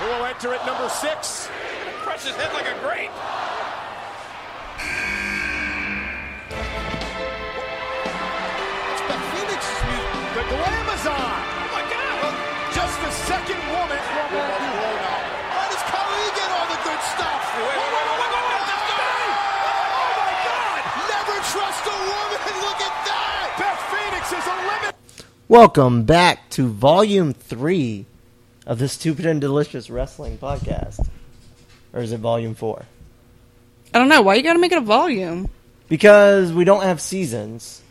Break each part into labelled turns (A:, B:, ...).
A: who will enter at number six.
B: Crushed his head like a grape.
A: It's Beth Phoenix's music. The glam is on.
B: Oh my God!
A: Just the second woman from
C: Why does Kyrie get all the good stuff?
B: Wait, wait, wait, wait, wait, wait, that's good. Oh my God!
C: Never trust a woman. Look at that.
A: Beth Phoenix is eliminated.
D: Welcome back to Volume 3 of the Stupid and Delicious Wrestling Podcast. Or is it Volume 4?
E: I don't know. Why you gotta make it a volume?
D: Because we don't have seasons,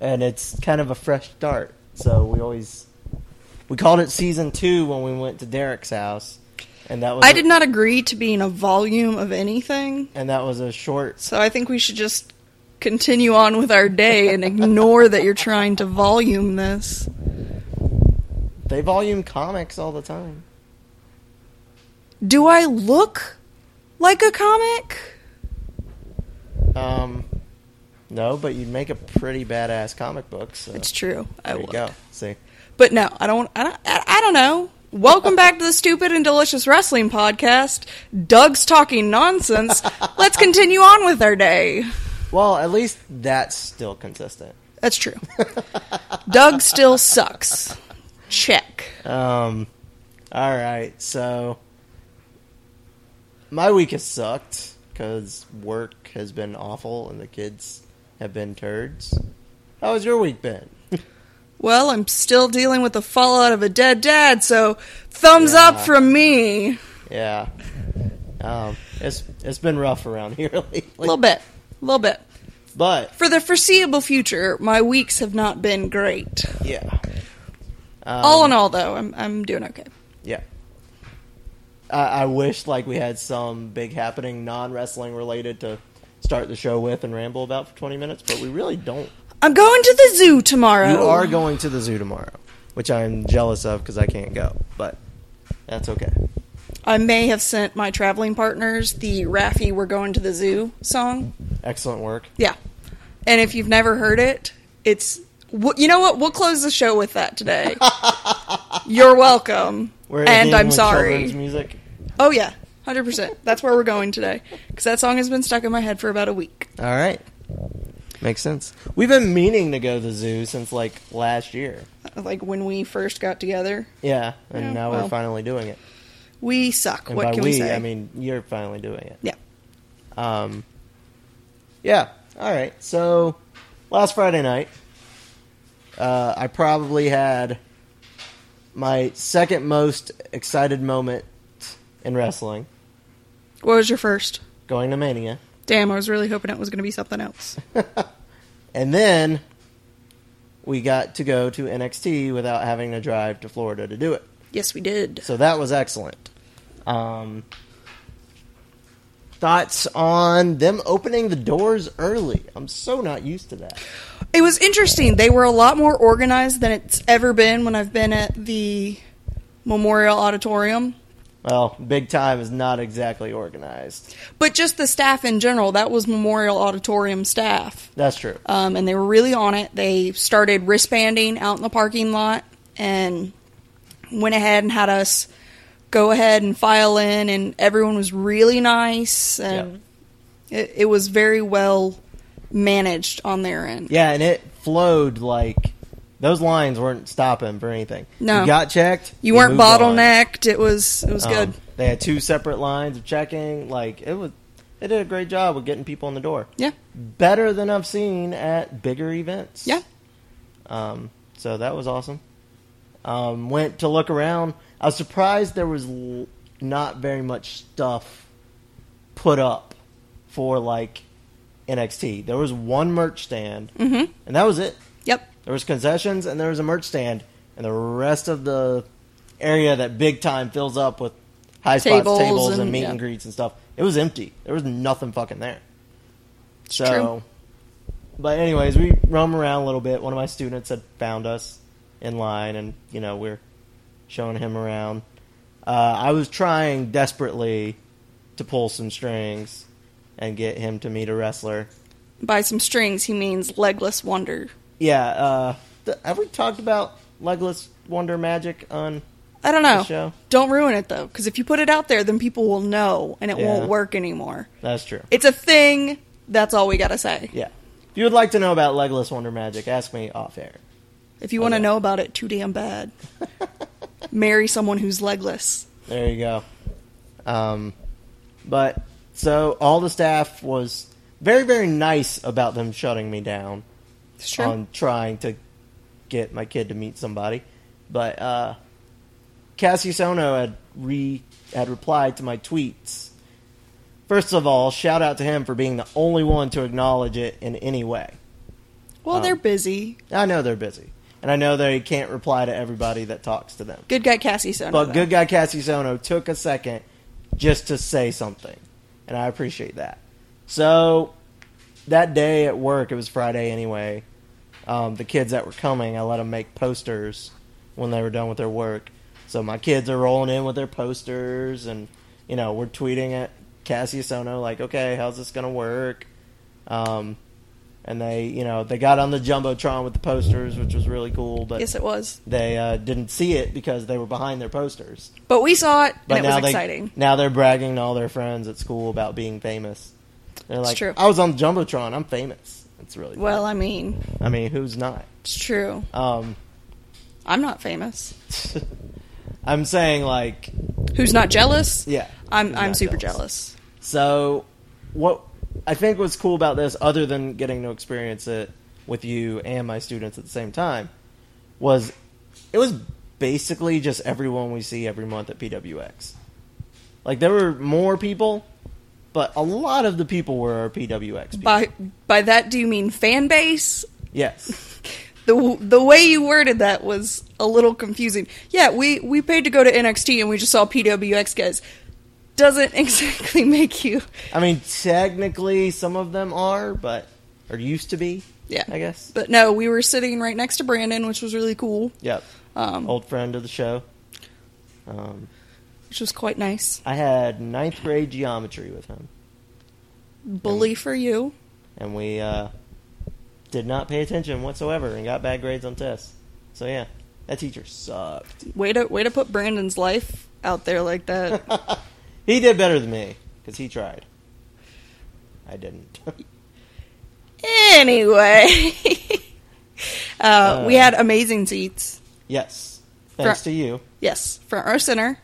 D: and it's kind of a fresh start. So we always. We called it Season 2 when we went to Derek's house. And that was
E: I
D: a-
E: did not agree to being a volume of anything,
D: And that was a short.
E: so I think we should just continue on with our day and ignore that you're trying to volume this.
D: They volume comics all the time.
E: Do I look like a comic?
D: Um, no, but you'd make a pretty badass comic book. So
E: It's true. I
D: there you
E: look.
D: go. See,
E: But no, I don't. I don't. I, I don't know. Welcome back to the Stupid and Delicious Wrestling Podcast. Doug's talking nonsense. Let's continue on with our day.
D: well, at least that's still consistent.
E: That's true. Doug still sucks. Check.
D: Um, all right. So my week has sucked because work has been awful and the kids have been turds. How has your week been?
E: Well, I'm still dealing with the fallout of a dead dad, so thumbs up
D: Yeah.
E: from me.
D: yeah. Um, it's it's been rough around here lately.
E: A little bit. A little bit.
D: But
E: For the foreseeable future, my weeks have not been great.
D: yeah. Um,
E: all in all, though, I'm, I'm doing okay.
D: Yeah. I, I wish like we had some big happening non wrestling related to start the show with and ramble about for twenty minutes, but we really don't.
E: I'm going to the zoo tomorrow.
D: You are going to the zoo tomorrow, which I'm jealous of because I can't go, but that's okay.
E: I may have sent my traveling partners the Raffy We're Going to the Zoo song.
D: Excellent work.
E: Yeah. And if you've never heard it, it's. wh- You know what? We'll close the show with that today. You're welcome.
D: We're
E: and
D: ending
E: I'm
D: with
E: sorry.
D: children's Music.
E: Oh yeah, hundred percent. That's where we're going today because that song has been stuck in my head for about a week.
D: All right. Makes sense. We've been meaning to go to the zoo since like last year.
E: Like when we first got together,
D: Yeah, and
E: Yeah,
D: now we're
E: well.
D: finally doing it.
E: we suck.
D: And
E: what
D: by
E: can
D: we,
E: we say?
D: I mean you're finally doing it.
E: yeah,
D: Um, yeah. All right. So last Friday night, uh, I probably had my second most excited moment in wrestling
E: what was your first?
D: going to Mania.
E: Damn, I was really hoping it was going to be something else.
D: And then we got to go to NXT without having to drive to Florida to do it.
E: yes, we did.
D: So that was excellent. Um, thoughts on them opening the doors early? I'm so not used to that.
E: It was interesting. They were a lot more organized than it's ever been when I've been at the Memorial Auditorium.
D: Well, big time is not exactly organized.
E: But just the staff in general, that was Memorial Auditorium staff.
D: That's true.
E: um, and they were really on it. They started wristbanding out in the parking lot and went ahead and had us go ahead and file in, and everyone was really nice, and it, it was very well managed on their end.
D: Yeah, and it flowed like those lines weren't stopping for anything.
E: No.
D: you got checked.
E: You weren't
D: moved on.
E: bottlenecked. It was it was
D: Um,
E: good.
D: They had two separate lines of checking. Like it was, they did a great job of getting people in the door.
E: Yeah,
D: better than I've seen at bigger events.
E: yeah.
D: Um, so that was awesome. Um, went to look around. I was surprised there was l- not very much stuff put up for like NXT. There was one merch stand, mm-hmm. and that was it.
E: Yep.
D: There was concessions, and there was a merch stand, and the rest of the area that big time fills up with high
E: Tables
D: spots, tables, and,
E: and-
D: meet
E: yeah.
D: and greets and stuff. It was empty. There was nothing fucking there. So,
E: true.
D: but anyways, we roam around a little bit. One of my students had found us in line, and you know we're showing him around. Uh, I was trying desperately to pull some strings and get him to meet a wrestler.
E: By some strings, he means legless wonder.
D: Yeah, uh, th- have we talked about Legless Wonder Magic on
E: I don't
D: the show.
E: know. Don't ruin it though, because if you put it out there, then people will know, and it
D: Yeah.
E: won't work anymore.
D: That's true.
E: It's a thing. That's all we gotta say.
D: Yeah. If you would like to know about Legolas Wonder Magic, ask me off air.
E: If you want to
D: Okay.
E: know about it, too damn bad. Marry someone who's legless.
D: There you go. Um, but so all the staff was very, very nice about them shutting me down
E: It's true.
D: on trying to get my kid to meet somebody. But uh, Cassius Ono had re had replied to my tweets. First of all, shout out to him for being the only one to acknowledge it in any way.
E: well, they're
D: um,
E: busy.
D: I know they're busy, and I know they can't reply to everybody that talks to them.
E: Good guy Cassie Sona.
D: But
E: though.
D: good guy Cassiano took a second just to say something, and I appreciate that. So that day at work, it was Friday anyway. Um, the kids that were coming, I let them make posters when they were done with their work. So my kids are rolling in with their posters, and you know we're tweeting at Cassiano like, "Okay, how's this gonna work?" Um, and they, you know, they got on the jumbotron with the posters, which was really cool. But
E: Yes, it was.
D: they uh, didn't see it because they were behind their posters.
E: But we saw it, and it was
D: they,
E: exciting.
D: Now they're bragging to all their friends at school about being famous. They're like,
E: true.
D: I was on Jumbotron. I'm famous. It's really fun.
E: Well, I mean,
D: I mean, who's not?
E: it's true.
D: Um,
E: I'm not famous.
D: I'm saying like,
E: Who's not jealous?
D: yeah,
E: I'm.
D: who's
E: I'm
D: not
E: super jealous.
D: So, what I think was cool about this, other than getting to experience it with you and my students at the same time, was it was basically just everyone we see every month at PWX. Like there were more people, but a lot of the people were our PWX people.
E: By by that, do you mean fan base?
D: yes,
E: The the way you worded that was a little confusing. Yeah, we we paid to go to NXT, and we just saw PWX guys. Doesn't exactly make you.
D: I mean technically some of them are, but or used to be.
E: Yeah,
D: I guess.
E: But no, we were sitting right next to Brandon, which was really cool,
D: Yep, old friend of the show. Um,
E: which was quite nice.
D: I had ninth grade geometry with him.
E: Bully for you.
D: and we uh, did not pay attention whatsoever and got bad grades on tests. So yeah, that teacher sucked.
E: Way to way to put Brandon's life out there like that.
D: He did better than me because he tried. I didn't.
E: Anyway, uh, we
D: Uh.
E: had amazing seats.
D: yes, thanks to you.
E: Yes, front row center.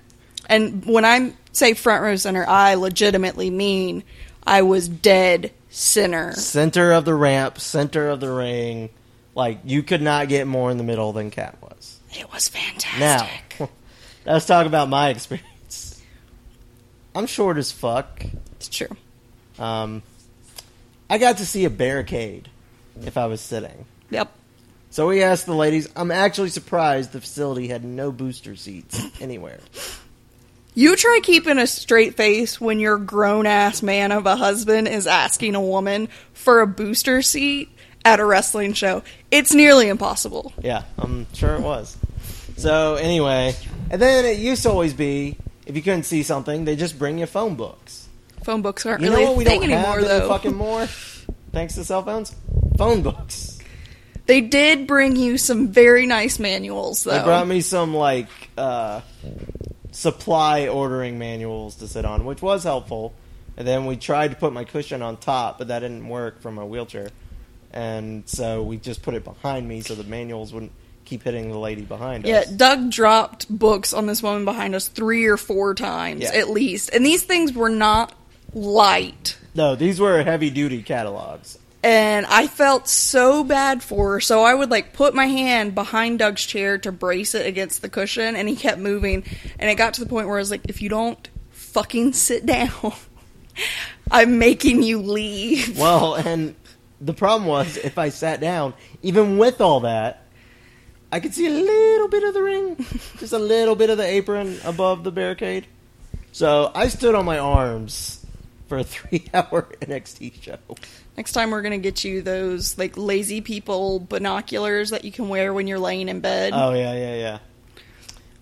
E: And when I say front row center, I legitimately mean I was dead center.
D: Center of the ramp, center of the ring. Like you could not get more in the middle than Cat was.
E: It was fantastic.
D: Now, let's talk about my experience. I'm short as fuck.
E: It's true.
D: Um, I got to see a barricade if I was sitting.
E: Yep.
D: So we asked the ladies. I'm actually surprised the facility had no booster seats anywhere.
E: You try keeping a straight face when your grown ass man of a husband is asking a woman for a booster seat at a wrestling show. It's nearly impossible.
D: Yeah, I'm sure it was. So anyway, and then it used to always be if you couldn't see something, they just bring you phone books.
E: Phone books aren't
D: You
E: really
D: know what we
E: a thing
D: don't
E: anymore,
D: have any
E: though.
D: fucking more, thanks to cell phones, phone books.
E: They did bring you some very nice manuals, though.
D: They brought me some like uh, supply ordering manuals to sit on, which was helpful. And then we tried to put my cushion on top, but that didn't work for my wheelchair. And so we just put it behind me so the manuals wouldn't keep hitting the lady behind
E: yeah,
D: us.
E: Doug dropped books on this woman behind us three or four times
D: Yeah.
E: at least, and these things were not light.
D: No, these were heavy duty catalogs.
E: And I felt so bad for her, so I would like put my hand behind Doug's chair to brace it against the cushion, and he kept moving. And it got to the point where I was like, if you don't fucking sit down, I'm making you leave.
D: Well, and the problem was if I sat down, even with all that, I could see a little bit of the ring, just a little bit of the apron above the barricade. So I stood on my arms for a three-hour NXT show.
E: Next time, we're gonna get you those like lazy people binoculars that you can wear when you're laying in bed.
D: Oh yeah, yeah, yeah.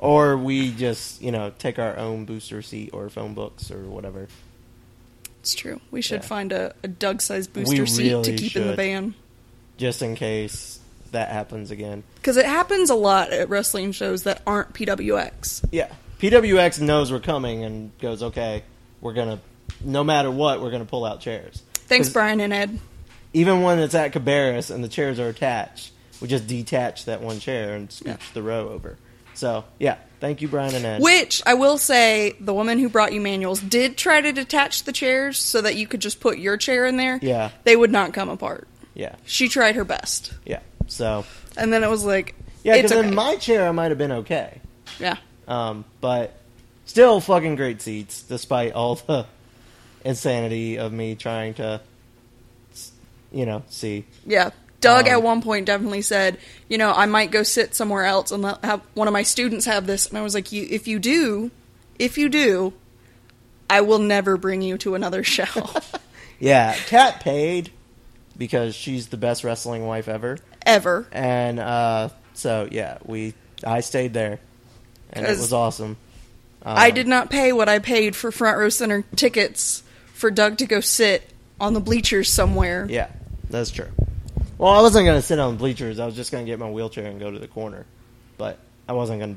D: Or we just you know take our own booster seat or phone books or whatever.
E: It's true. We should
D: Yeah.
E: find a, a Doug sized
D: We
E: booster seat to
D: really
E: keep in the
D: should.
E: van.
D: just in case that happens again.
E: Because it happens a lot at wrestling shows that aren't PWX.
D: Yeah. PWX knows we're coming and goes, okay, we're going to, no matter what, we're going to pull out chairs.
E: Thanks,
D: 'Cause
E: Brian and Ed.
D: Even when it's at Cabarrus and the chairs are attached, we just detach that one chair and scooch the row over. So, yeah. Thank you, Brian and Ed.
E: Which I will say, the woman who brought you manuals did try to detach the chairs so that you could just put your chair in there.
D: Yeah.
E: They would not come apart.
D: yeah.
E: She tried her best.
D: Yeah. So,
E: And then it was like,
D: yeah,
E: it's
D: because
E: okay.
D: in my chair, I might have been okay.
E: yeah.
D: Um, but still fucking great seats, despite all the insanity of me trying to, s- you know, see.
E: Yeah. Doug
D: Um,
E: at one point definitely said, you know, I might go sit somewhere else and let have one of my students have this. And I was like, you, if you do, if you do, I will never bring you to another show.
D: Yeah, Kat paid because she's the best wrestling wife ever,
E: Ever.
D: and uh, so yeah, we I stayed there, and it
E: 'Cause-
D: was awesome. Um,
E: I did not pay what I paid for front row center tickets for Doug to go sit on the bleachers somewhere.
D: Yeah, that's true. Well, I wasn't gonna sit on bleachers. I was just gonna get my wheelchair and go to the corner, but I wasn't gonna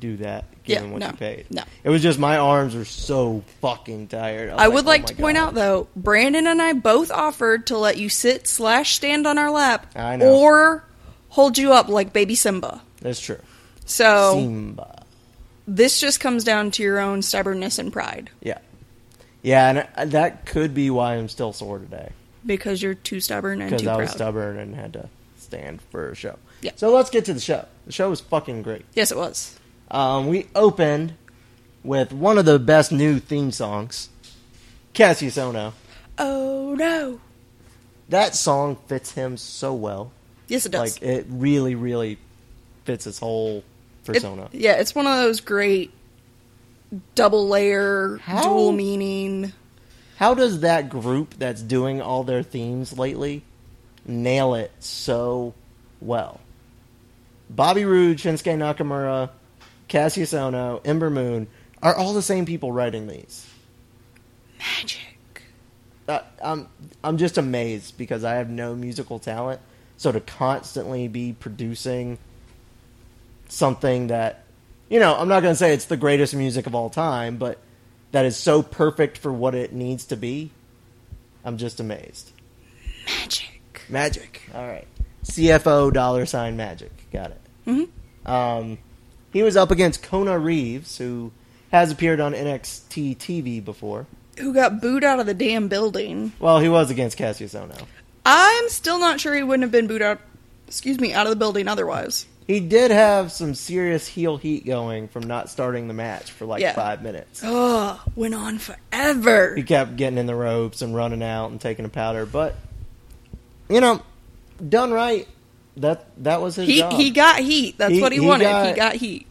D: do that given
E: Yeah,
D: what
E: no,
D: you paid.
E: no.
D: it was just my arms were so fucking tired. was
E: I would
D: "Oh
E: like
D: my
E: to point
D: God."
E: out though, Brandon and I both offered to let you sit slash stand on our lap
D: I know.
E: or hold you up like baby Simba.
D: that's true.
E: So
D: Simba.
E: this just comes down to your own stubbornness and pride
D: Yeah, yeah, and I, that could be why I'm still sore today.
E: because you're too stubborn and
D: because
E: too
D: I
E: proud.
D: was stubborn and had to stand for a show.
E: Yeah.
D: So let's get to the show. The show was fucking great.
E: Yes, it was.
D: Um, we opened with one of the best new theme songs, Cassius Ono.
E: Oh no.
D: That song fits him so well.
E: Yes, it does.
D: Like it really, really fits his whole
E: It-
D: persona.
E: yeah, it's one of those great double layer,
D: How-
E: dual meaning.
D: How does that group that's doing all their themes lately nail it so well? Bobby Roode, Shinsuke Nakamura, Cassius Ono, Ember Moon are all the same people writing these.
E: Magic.
D: Uh, I'm I'm just amazed because I have no musical talent, so to constantly be producing something that you know, I'm not going to say it's the greatest music of all time, but that is so perfect for what it needs to be. I'm just amazed.
E: Magic.
D: Magic. All right. CFO dollar sign magic. Got it. Mm-hmm. Um, he was up against Kona Reeves, who has appeared on NXT TV before.
E: Who got booed out of the damn building?
D: Well, he was against Cassius Ono.
E: I'm still not sure he wouldn't have been booed out. Excuse me, out of the building otherwise.
D: He did have some serious heel heat going from not starting the match for like
E: Yeah.
D: five minutes.
E: Ugh, went on forever.
D: He kept getting in the ropes and running out and taking a powder, but you know, done right. That that was his
E: He
D: job.
E: he got heat. That's
D: He-
E: what he,
D: he
E: wanted.
D: got-
E: he got heat.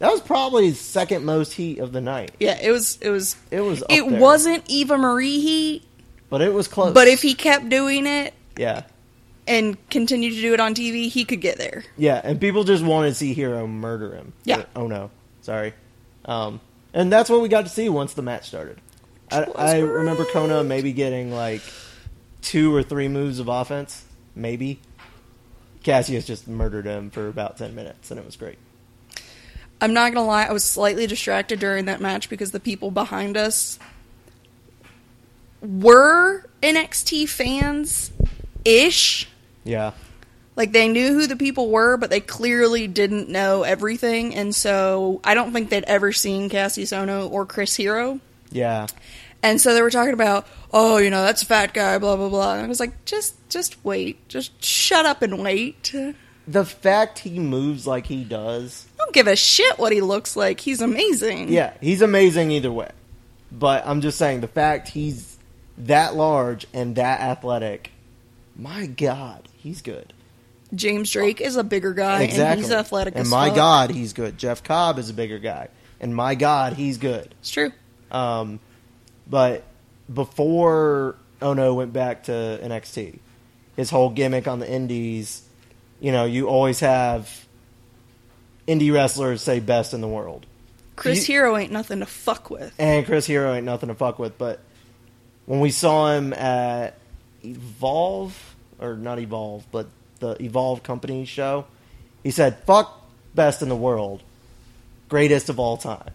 D: that was probably his second most heat of the night,
E: Yeah, it was it was
D: It was up
E: it
D: there.
E: wasn't Eva Marie heat,
D: but it was close.
E: but if he kept doing it
D: yeah,
E: and continued to do it on TV, he could get there.
D: Yeah, and people just want to see Hero murder him.
E: Yeah.
D: Or- oh no, sorry. Um, and that's what we got to see once the match started. I,
E: was
D: I remember
E: great.
D: Kona maybe getting like two or three moves of offense, maybe. Cassius just murdered him for about ten minutes, and it was great.
E: I'm not gonna lie, I was slightly distracted during that match because the people behind us were NXT fans ish.
D: Yeah,
E: Like they knew who the people were, but they clearly didn't know everything, and so I don't think they'd ever seen Cassius Ono or Chris Hero.
D: yeah,
E: And so they were talking about, oh, you know, that's a fat guy, blah blah blah. And I was like, just just wait, just shut up and wait. I
D: the fact he moves like he does.
E: don't give a shit what he looks like. He's amazing.
D: Yeah, he's amazing either way. But I'm just saying the fact he's that large and that athletic. My God, he's good.
E: James Drake is a bigger guy Uh, and he's athletic
D: And
E: as
D: my
E: fuck.
D: God, he's good. Jeff Cobb is a bigger guy, and my God, he's good.
E: It's true.
D: Um, but before Ono went back to NXT, his whole gimmick on the Indies, you know, you always have indie wrestlers say best in the world,
E: Chris
D: You-
E: Hero ain't nothing to fuck with.
D: and Chris Hero ain't nothing to fuck with. But when we saw him at Evolve or not Evolve, but the Evolve Company show. He said, "Fuck best in the world, greatest of all time."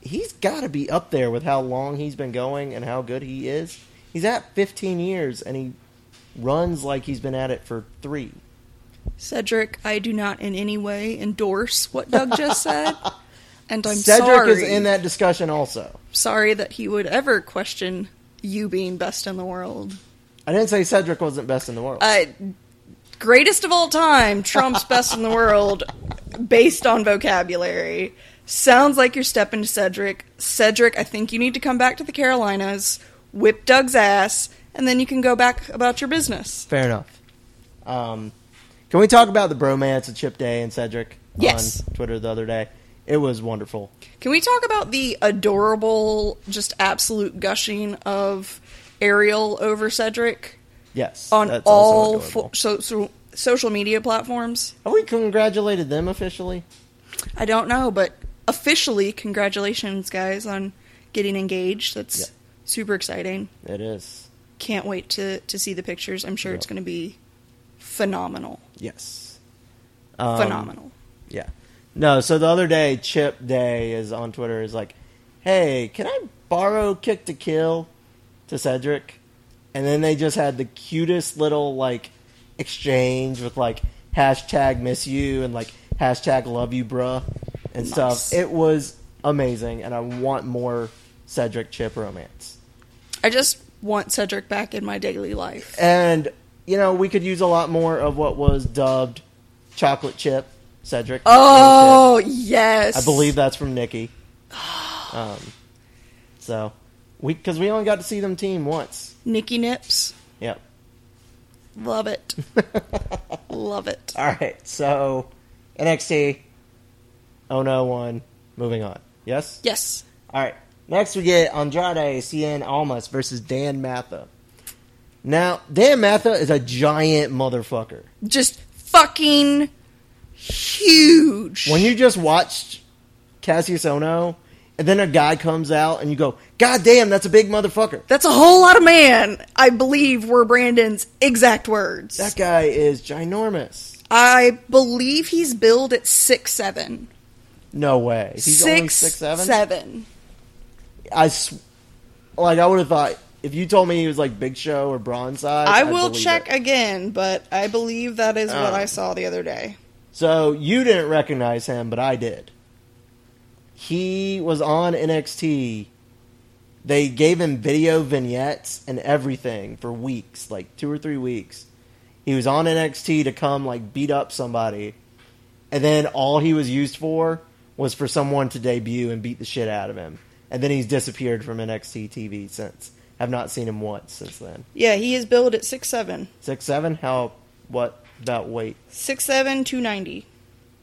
D: He's got to be up there with how long he's been going and how good he is. He's at 15 years and he runs like he's been at it for 3.
E: Cedric, I do not in any way endorse what Doug just said. And I'm
D: Cedric
E: sorry.
D: is in that discussion also.
E: sorry that he would ever question you being best in the world.
D: I didn't say Cedric wasn't best in the world.
E: Uh, greatest of all time, Trump's best in the world, based on vocabulary. Sounds like you're stepping to Cedric. Cedric, I think you need to come back to the Carolinas, whip Doug's ass, and then you can go back about your business.
D: Fair enough. Um, can we talk about the bromance of Chip Day and Cedric
E: Yes.
D: on Twitter the other day? It was wonderful.
E: Can we talk about the adorable, just absolute gushing of Ariel over Cedric
D: Yes,
E: on
D: that's also
E: all
D: adorable.
E: fo- so, so, social media platforms?
D: Have we congratulated them officially?
E: I don't know, but officially, congratulations, guys, on getting engaged. That's
D: Yeah.
E: super exciting.
D: It is.
E: Can't wait to, to see the pictures. I'm sure it's
D: Yeah.
E: going to be phenomenal.
D: Yes. Um,
E: phenomenal.
D: Yeah. No, so the other day, Chip Day is on Twitter is like, "Hey, can I borrow Kick to Kill to Cedric?" And then they just had the cutest little like exchange with like hashtag miss you and like hashtag love you bruh and
E: Nice.
D: stuff. It was amazing, and I want more Cedric Chip romance.
E: I just want Cedric back in my daily life.
D: And you know, we could use a lot more of what was dubbed chocolate chip Cedric. Chip.
E: Oh, yes.
D: I believe that's from Nikki. Um, so we because we only got to see them team once.
E: Nikki Nips.
D: Yep.
E: Love it. Love it.
D: All right. So NXT. Oh no, one. Moving on. Yes.
E: Yes.
D: All right. Next, we get Andrade Cien Almas versus Dan Matha. Now, Dan Matha is a giant motherfucker.
E: Just fucking huge.
D: When you just watched Cassius Ono, and then a guy comes out and you go, "God damn, that's a big motherfucker."
E: That's a whole lot of man, I believe were Brandon's exact words.
D: That guy is ginormous.
E: I believe he's billed at six seven.
D: No way. He's
E: six,
D: only six seven.
E: seven.
D: I sw- like I would have thought if you told me he was like Big Show or Braun size.
E: I
D: I'd
E: will
D: believe
E: check
D: it.
E: again, but I believe that is what
D: Um.
E: I saw the other day.
D: So you didn't recognize him, but I did. He was on NXT. They gave him video vignettes and everything for weeks, like two or three weeks. He was on NXT to come like beat up somebody, and then all he was used for was for someone to debut and beat the shit out of him. And then he's disappeared from NXT TV since. Have not seen him once since then.
E: Yeah, he is billed at six seven.
D: Six seven? How? What about weight?
E: Six seven, two ninety.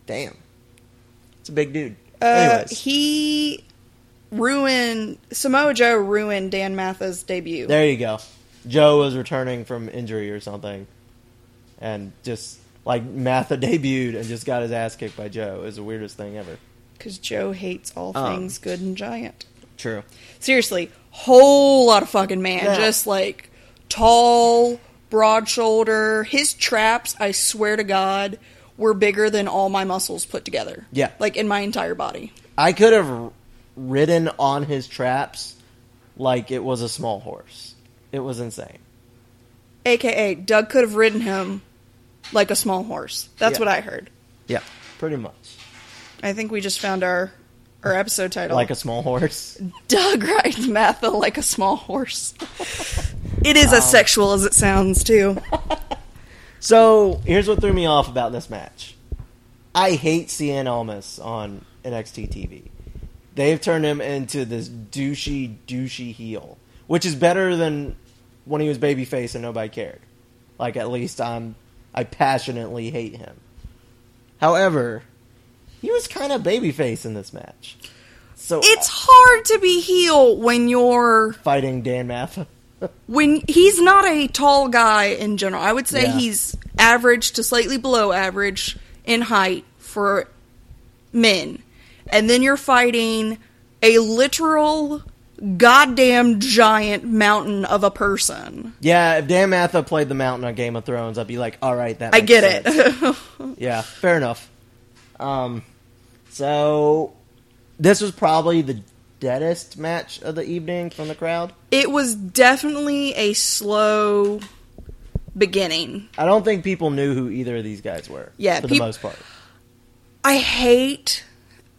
D: Damn, it's a big dude.
E: Uh,
D: Anyways.
E: he ruined Samoa Joe ruined Dan Matha's debut.
D: There you go. Joe was returning from injury or something, and just like Matha debuted and just got his ass kicked by Joe. It was the weirdest thing ever.
E: Because Joe hates all
D: Um.
E: things good and giant.
D: True.
E: seriously, whole lot of fucking man.
D: Yeah.
E: Just like tall, broad shoulder. His traps, I swear to God, were bigger than all my muscles put together.
D: Yeah.
E: Like in my entire body.
D: I could have ridden on his traps like it was a small horse. It was insane.
E: AKA, Doug could have ridden him like a small horse. That's
D: Yeah.
E: what I heard.
D: Yeah, pretty much
E: I think we just found our our episode title.
D: like a small horse.
E: Doug rides Matha like a small horse. it is
D: Um,
E: as sexual as it sounds, too.
D: So here's what threw me off about this match. I hate Cien Almas on NXT TV. They've turned him into this douchey, douchey heel, which is better than when he was babyface and nobody cared. Like at least I'm, I passionately hate him. However, he was kind of babyface in this match. So
E: It's hard to be heel when you're
D: fighting Dan Matha.
E: when he's not a tall guy in general. I would say
D: Yeah.
E: he's average to slightly below average in height for men. And then you're fighting a literal goddamn giant mountain of a person.
D: Yeah, if Dan Matha played the mountain on Game of Thrones, I'd be like, all right, that.
E: I
D: makes
E: get
D: sense."
E: it.
D: yeah, fair enough. Um, so this was probably the deadest match of the evening from the crowd.
E: it was definitely a slow beginning.
D: I don't think people knew who either of these guys were.
E: Yeah,
D: for
E: peop-
D: the most part.
E: I hate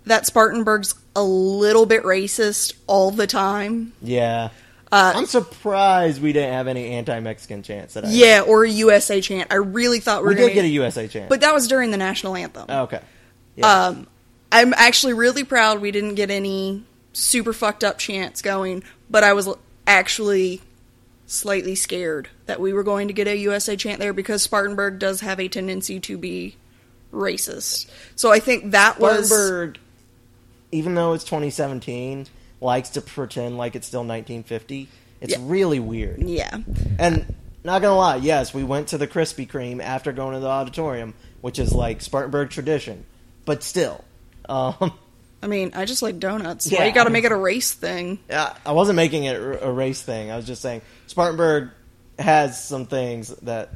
E: that Spartanburg's a little bit racist all the time.
D: Yeah,
E: Uh,
D: I'm surprised we didn't have any anti-Mexican chants. That I
E: Yeah, or a USA chant. I really thought we were
D: we
E: going
D: did
E: to
D: get a USA chant,
E: But that was during the national anthem.
D: okay. Yeah.
E: Um, I'm actually really proud we didn't get any super fucked up chants going, but I was l- actually slightly scared that we were going to get a USA chant there because Spartanburg does have a tendency to be racist. So I think that was
D: Spartanburg, even though it's 2017, likes to pretend like it's still 1950. It's
E: Yeah.
D: really weird.
E: yeah.
D: And not gonna lie, yes, we went to the Krispy Kreme after going to the auditorium, which is like Spartanburg tradition. But still, um,
E: I mean, I just like donuts.
D: Yeah.
E: Why you got to make it a race thing?
D: I I wasn't making it a race thing. I was just saying Spartanburg has some things that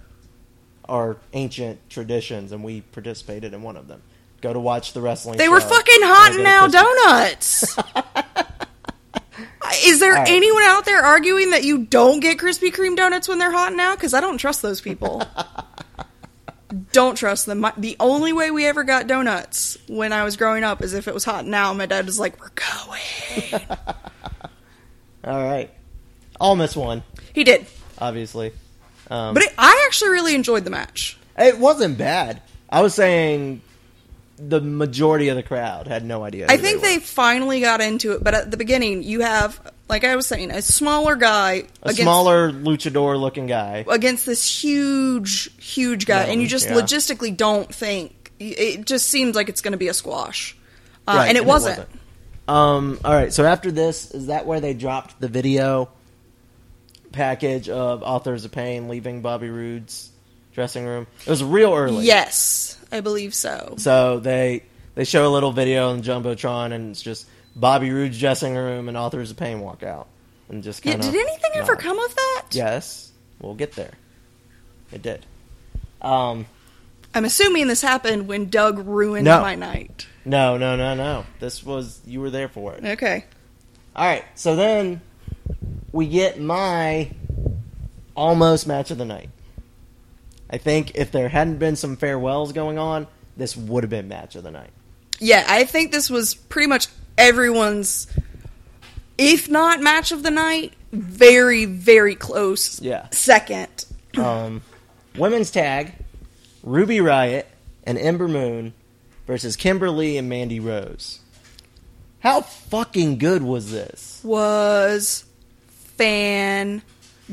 D: are ancient traditions, and we participated in one of them. Go to watch the wrestling.
E: They were
D: show
E: fucking hot
D: and
E: and
D: get a
E: now
D: Krispy-
E: donuts. Is there
D: right.
E: anyone out there arguing that you don't get Krispy Kreme donuts when they're hot now? Because I don't trust those people. don't trust them. My, the only way we ever got donuts when I was growing up is if it was hot now. My dad was like, "We're going."
D: All right, almost one,
E: He did,
D: obviously. Um,
E: but it, I actually really enjoyed the match.
D: It wasn't bad. I was saying the majority of the crowd had no idea.
E: I
D: who
E: think
D: were.
E: they finally got into it, but at the beginning, you have, like I was saying, a smaller guy
D: a smaller luchador looking
E: Uh,
D: guy.
E: against this huge, huge guy,
D: Yeah,
E: and you just
D: yeah.
E: logistically don't think it just seems like it's going to be a squash, uh,
D: Right,
E: and it wasn't.
D: Um, all right, so after this, is that where they dropped the video package of Authors of Pain leaving Bobby Roode's dressing room? It was real early.
E: Yes, I believe so.
D: So they they show a little video on Jumbotron, and it's just Bobby Roode's dressing room and Authors of Pain walk out. And just
E: Yeah,
D: kind of
E: did anything ever come of that?
D: Yes, we'll get there. It did. Um,
E: I'm assuming this happened when Doug ruined
D: No.
E: my night.
D: no, no, no, no. This was you were there for it.
E: Okay.
D: All right, so then we get my almost match of the night. I think if there hadn't been some farewells going on, this would have been match of the night.
E: Yeah, I think this was pretty much everyone's, if not match of the night, very, very close.
D: Yeah.
E: Second.
D: Um, women's tag: Ruby Riot and Ember Moon versus Kimberly and Mandy Rose. How fucking good was this?
E: was fan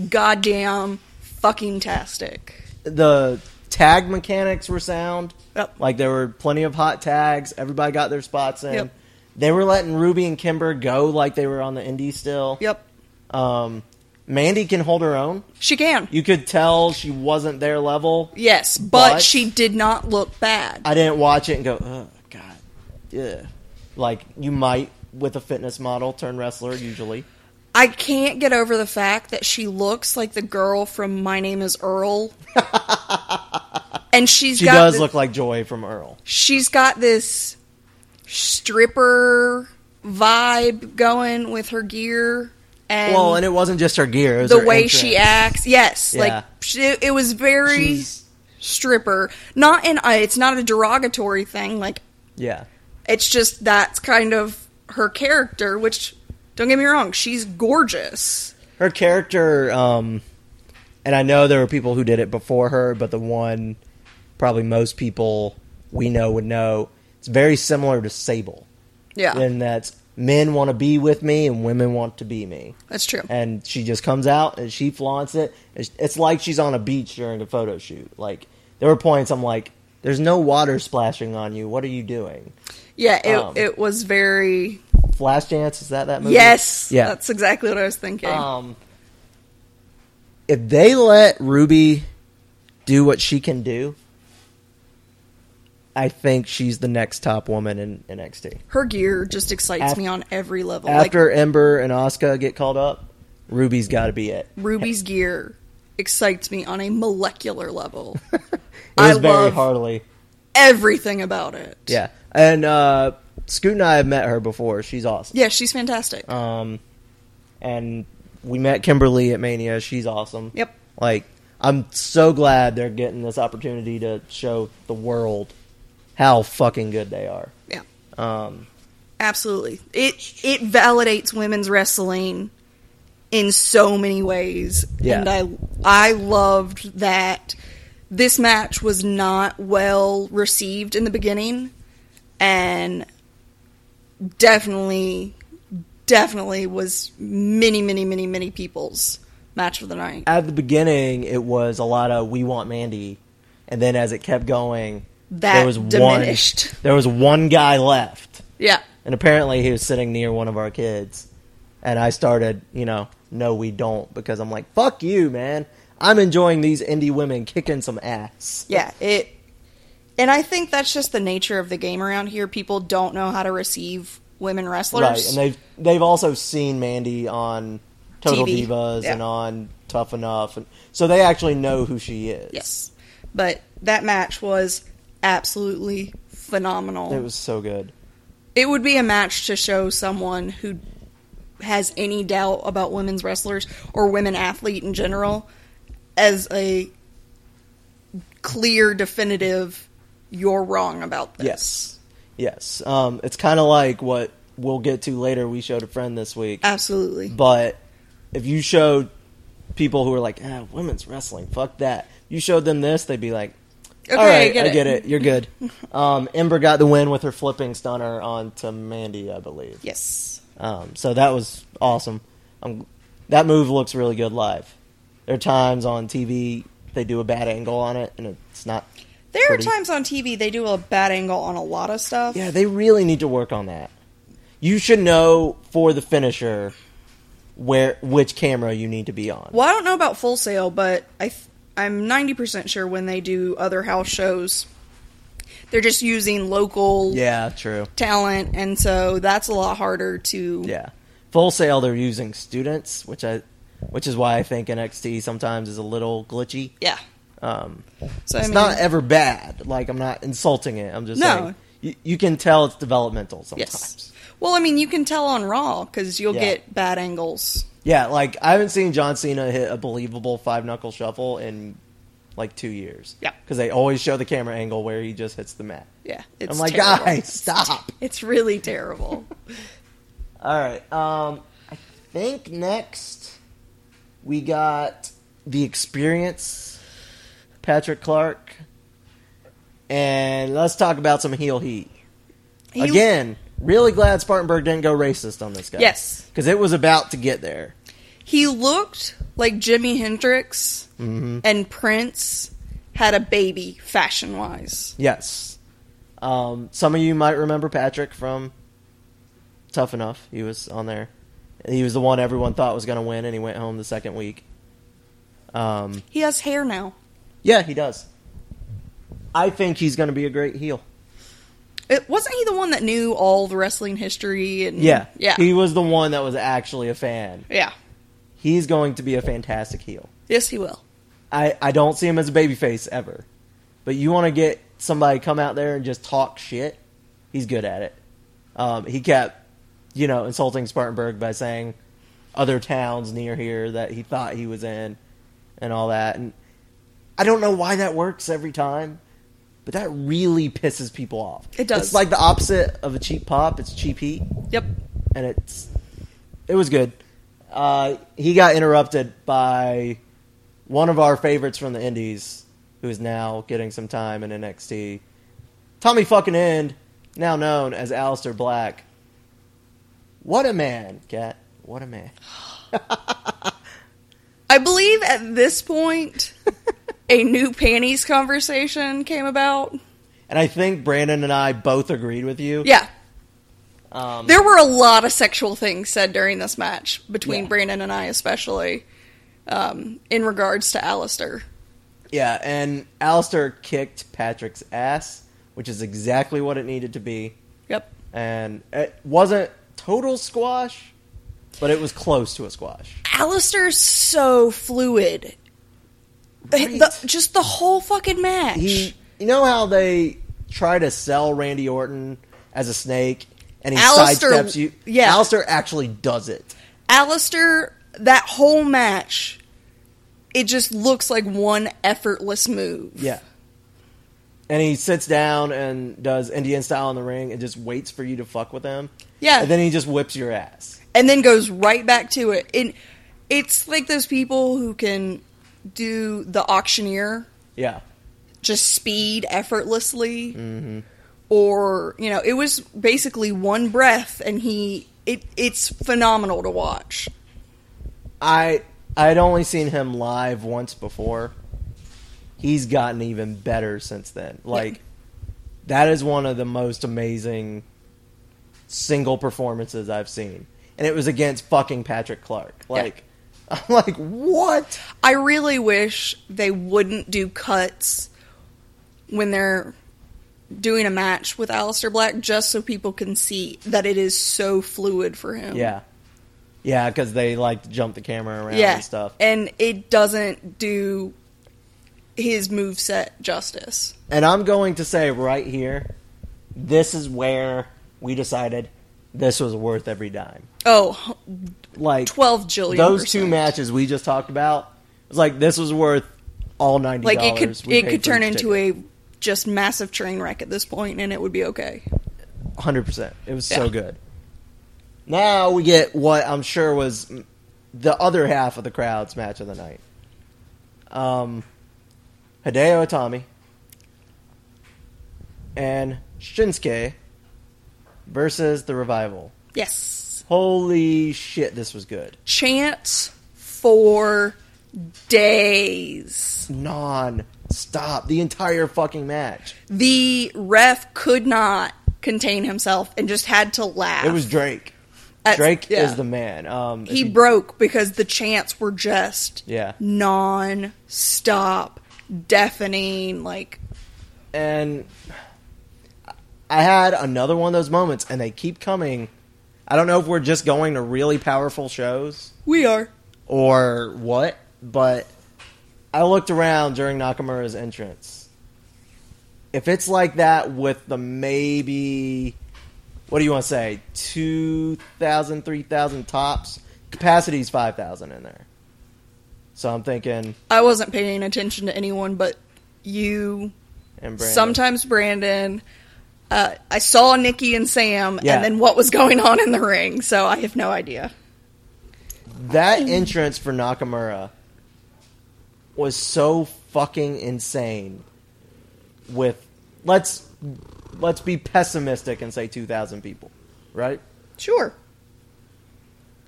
E: goddamn fucking tastic.
D: the tag mechanics were sound.
E: Yep.
D: Like there were plenty of hot tags. Everybody got their spots in.
E: Yep.
D: They were letting Ruby and Kimber go like they were on the indie still.
E: Yep.
D: Um, Mandy can hold her own.
E: She can.
D: You could tell she wasn't their level.
E: yes, but,
D: But-
E: she did not look bad.
D: I didn't watch it and go, oh god, yeah. Like you might with a fitness model turn wrestler usually.
E: I can't get over the fact that she looks like the girl from My Name is Earl. and she's
D: She
E: got
D: does
E: this,
D: look like Joy from Earl.
E: she's got this stripper vibe going with her gear and,
D: well, and it wasn't just her gear; it was
E: the
D: her
E: way
D: entrance.
E: she acts. Yes,
D: Yeah.
E: like she, it was very
D: She's-
E: stripper. Not in I it's not a derogatory thing. Like
D: Yeah,
E: it's just that's kind of her character. Which don't get me wrong, she's gorgeous.
D: her character um and i know there were people who did it before her but the one probably most people we know would know it's very similar to sable
E: Yeah,
D: in that men want to be with me and women want to be me
E: that's true.
D: and she just comes out and she flaunts it it's, it's like she's on a beach during a photo shoot like there were points i'm like there's no water splashing on you what are you doing
E: yeah, it
D: um,
E: it was very
D: flashdance is that that movie
E: yes.
D: yeah
E: that's exactly what I was thinking.
D: Um, if they let Ruby do what she can do, I think she's the next top woman in in NXT.
E: Her gear just excites
D: Af-
E: me on every level.
D: After Ember and Asuka get called up, Ruby's got to be it.
E: like Ruby's gear excites me on a molecular level.
D: It was
E: I
D: very
E: love
D: hardly.
E: everything about it.
D: Yeah, and uh, Scoot and I have met her before. She's awesome.
E: Yeah, she's fantastic.
D: Um, and we met Kimberly at Mania. She's awesome.
E: Yep.
D: Like, I'm so glad they're getting this opportunity to show the world how fucking good they are.
E: yeah.
D: Um,
E: Absolutely. It it validates women's wrestling in so many ways.
D: Yeah.
E: And I I loved that this match was not well received in the beginning and definitely definitely was many many many many people's match of the night.
D: at the beginning, it was a lot of "We want Mandy," and then as it kept going,
E: That diminished.
D: One, there was one guy left,
E: Yeah.
D: and apparently he was sitting near one of our kids. And I started, you know, no, we don't, because I'm like, fuck you, man. I'm enjoying these indie women kicking some ass.
E: Yeah, it and I think that's just the nature of the game around here. People don't know how to receive women wrestlers.
D: Right, and they've they've also seen Mandy on Total
E: TV,
D: Divas and
E: yeah.
D: on Tough Enough, and so they actually know who she is.
E: Yes. But that match was absolutely phenomenal.
D: it was so good.
E: It would be a match to show someone who has any doubt about women's wrestlers or women athlete in general as a clear definitive you're wrong about this.
D: Yes, yes. Um, it's kind of like what we'll get to later. We showed a friend this week,
E: Uh, Absolutely.
D: but if you showed people who are like, ah, women's wrestling, fuck that. You showed them this, they'd be like,
E: Okay,
D: all right,
E: I get it.
D: it. You're good. um, Ember got the win with her flipping stunner onto Mandy, I believe.
E: Yes.
D: Um, so that was awesome. Um, that move looks really good live. There are times on TV they do a bad angle on it, and it's not.
E: There
D: pretty.
E: are times on TV they do a bad angle on a lot of stuff.
D: Yeah, they really need to work on that. You should know for the finisher where which camera you need to be on.
E: Well, I don't know about Full Sail, but I th- I'm 90% sure when they do other house shows, they're just using local
D: Yeah, true.
E: talent, and so that's a lot harder to.
D: Yeah, full sale. They're using students, which I, which is why I think NXT sometimes is a little glitchy.
E: Yeah.
D: Um,
E: So I
D: it's
E: mean,
D: not ever bad. Like I'm not insulting it. I'm just
E: No.
D: saying you, you can tell it's developmental sometimes.
E: yes. Well, I mean, you can tell on Raw because you'll
D: Yeah.
E: get bad angles.
D: Yeah, like I haven't seen John Cena hit a believable five knuckle shuffle in like two years.
E: Yeah.
D: because they always show the camera angle where he just hits the mat.
E: Yeah, it's
D: I'm like,
E: terrible.
D: guys, stop.
E: It's really terrible.
D: All right. Um, I think next we got the experience, Patrick Clark, and let's talk about some heel heat
E: He-
D: again. Really glad Spartanburg didn't go racist on this guy.
E: Yes.
D: because it was about to get there.
E: he looked like Jimi Hendrix
D: Mm-hmm.
E: and Prince had a baby fashion wise.
D: Yes. Um, some of you might remember Patrick from Tough Enough. He was on there. He was the one everyone thought was going to win, and he went home the second week. Um,
E: He has hair now.
D: yeah, he does. I think he's going to be a great heel.
E: It, wasn't he the one that knew all the wrestling history and
D: Yeah.
E: yeah,
D: He was the one that was actually a fan.
E: yeah.
D: He's going to be a fantastic heel.
E: Yes, he will.
D: I, I don't see him as a babyface ever. But you want to get somebody to come out there and just talk shit, he's good at it. Um, he kept, you know, insulting Spartanburg by saying other towns near here that he thought he was in and all that. And I don't know why that works every time, but that really pisses people off.
E: It does.
D: It's like the opposite of a cheap pop, it's cheap heat
E: Yep.
D: and it's it was good. Uh, he got interrupted by one of our favorites from the Indies, who is now getting some time in NXT. Tommy fucking End, now known as Alistair Black. What a man, Cat. What a man.
E: I believe at this point a new panties conversation came about.
D: And I think Brandon and I both agreed with you.
E: Yeah.
D: Um,
E: There were a lot of sexual things said during this match between
D: Yeah.
E: Brandon and I especially um, in regards to Alistair.
D: Yeah, and Alistair kicked Patrick's ass, which is exactly what it needed to be.
E: Yep.
D: And it wasn't total squash, but it was close to a squash.
E: Alistair's so fluid.
D: Right.
E: The- just the whole fucking match.
D: He, you know how they try to sell Randy Orton as a snake, and he
E: Alistair-
D: sidesteps you.
E: yeah.
D: Alistair actually does it.
E: Alistair, that whole match, it just looks like one effortless move.
D: Yeah. And he sits down and does Indian style in the ring and just waits for you to fuck with him.
E: Yeah.
D: And then he just whips your ass.
E: and then goes right back to it. And it's like those people who can do the auctioneer
D: Yeah.
E: just speed effortlessly,
D: Mm-hmm.
E: or you know, it was basically one breath, and he it it's phenomenal to watch.
D: I I had only seen him live once before. He's gotten even better since then. Like that is one of the most amazing single performances I've seen. And it was against fucking Patrick Clark. Like I'm like, what?
E: I really wish they wouldn't do cuts when they're doing a match with Alistair Black just so people can see that it is so fluid for him.
D: Yeah. Yeah, because they like to jump the camera around
E: yeah.
D: and stuff.
E: And it doesn't do his moveset justice.
D: And I'm going to say right here, this is where we decided this was worth every dime.
E: Oh,
D: Like
E: 12 jillion
D: Those
E: percent.
D: two matches we just talked about, it's like this was worth all ninety.
E: like it could
D: we
E: it
D: paid
E: could
D: for
E: turn
D: each
E: into
D: ticket.
E: a just massive train wreck at this point and it would be okay.
D: hundred percent. It was so
E: Yeah.
D: good. Now we get what I'm sure was m- the other half of the crowd's match of the night. Um, Hideo Itami and Shinsuke versus the Revival.
E: Yes.
D: Holy shit, this was good.
E: Chance for days.
D: Non stop the entire fucking match.
E: the ref could not contain himself and just had to laugh.
D: It was Drake.
E: That's-
D: Drake
E: yeah.
D: is the man. Um, if
E: he
D: you-
E: broke because the chants were just
D: Yeah.
E: non-stop, deafening. Like
D: and I had another one of those moments, and they keep coming. I don't know if we're just going to really powerful shows
E: we are.
D: or what, but I looked around during Nakamura's entrance. If it's like that with the maybe, what do you want to say, 2,000, 3,000 tops, capacity's 5,000 in there. So I'm thinking,
E: I wasn't paying attention to anyone but you.
D: and Brandon.
E: Sometimes Brandon. Uh, I saw Nikki and Sam,
D: Yeah.
E: and then what was going on in the ring. So I have no idea.
D: That entrance for Nakamura was so fucking insane. With let's let's be pessimistic and say two thousand people, right?
E: Sure.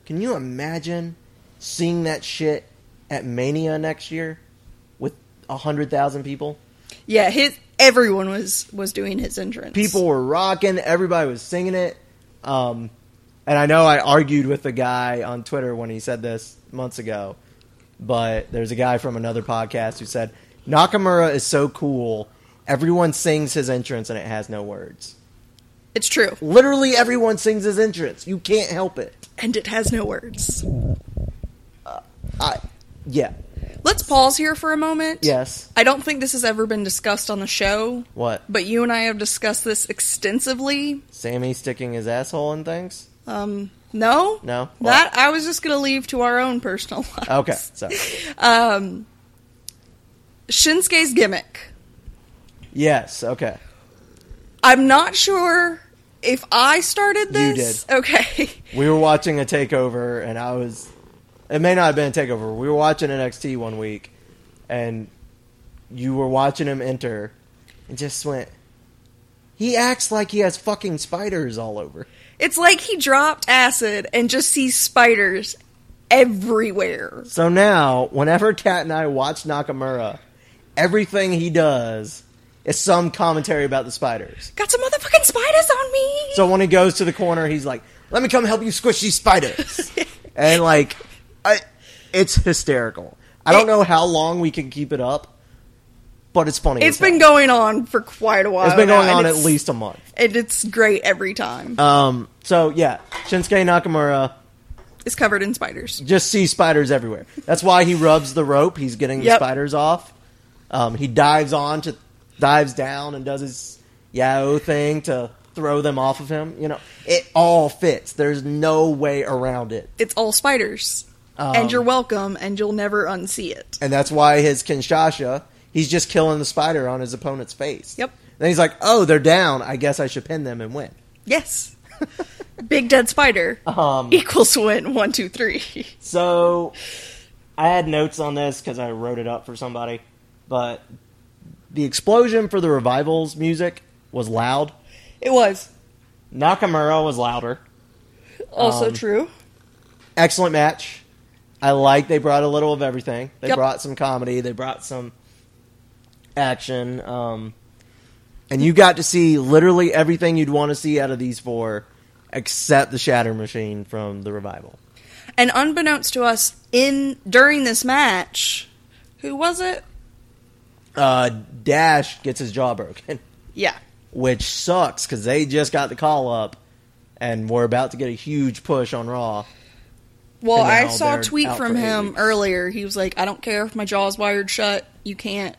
D: Can you imagine seeing that shit at Mania next year with hundred thousand people?
E: Yeah, his everyone was was doing his entrance.
D: people were rocking everybody was singing it um, and i know i argued with the guy on twitter when he said this months ago but there's a guy from another podcast who said nakamura is so cool everyone sings his entrance and it has no words
E: It's true,
D: literally everyone sings his entrance you can't help it
E: and it has no words.
D: i yeah
E: Let's pause here for a moment.
D: yes
E: I don't think this has ever been discussed on the show,
D: what
E: but you and I have discussed this extensively.
D: sammy sticking his asshole in things
E: Um, no?
D: No?
E: That I was just going to leave to our own personal lives.
D: okay sorry
E: Shinsuke's gimmick.
D: yes okay
E: I'm not sure if I started
D: You
E: this. You did. Okay.
D: We were watching a takeover, and I was. It may not have been a takeover. We were watching NXT one week, and you were watching him enter, and just went. He acts like he has fucking spiders all over.
E: It's like he dropped acid and just sees spiders everywhere.
D: So now, whenever Kat and I watch Nakamura, everything he does is some commentary about the spiders.
E: Got some motherfucking spiders on me.
D: So when he goes to the corner, he's like, "Let me come help you squish these spiders," and like, I, it's hysterical. I don't know how long we can keep it up, but it's funny.
E: It's
D: as hell.
E: been going on for quite a while.
D: It's been
E: now,
D: going
E: and
D: on at
E: it's-
D: least a month.
E: and it's great every time.
D: Um, so yeah, Shinsuke Nakamura
E: it's covered in spiders.
D: just sees spiders everywhere. That's why he rubs the rope. He's getting the
E: Yep.
D: spiders off. Um, he dives on to dives down and does his yao thing to throw them off of him. You know, it all fits. There's no way around it.
E: It's all spiders, and
D: Um,
E: you're welcome, and you'll never unsee it.
D: And that's why his Kinshasa, he's just killing the spider on his opponent's face.
E: Yep.
D: Then he's like, "Oh, they're down. I guess I should pin them and win."
E: Yes, big dead spider
D: Um,
E: equals win. One, two, three.
D: So I had notes on this because I wrote it up for somebody, but the explosion for the revivals music was loud.
E: It was
D: Nakamura was louder. um,
E: also true.
D: Excellent match. I like they brought a little of everything. They
E: Yep.
D: brought some comedy. They brought some action. Um, and you got to see literally everything you'd want to see out of these four, except the Shatter Machine from the revival.
E: And unbeknownst to us, in during this match, who was it?
D: Uh, Dash gets his jaw broken.
E: Yeah,
D: which sucks because they just got the call up and we're about to get a huge push on Raw.
E: Well,
D: And now
E: I saw
D: they're
E: a tweet
D: out
E: from
D: for eight
E: him
D: weeks.
E: earlier. He was like, "I don't care if my jaw's wired shut. You can't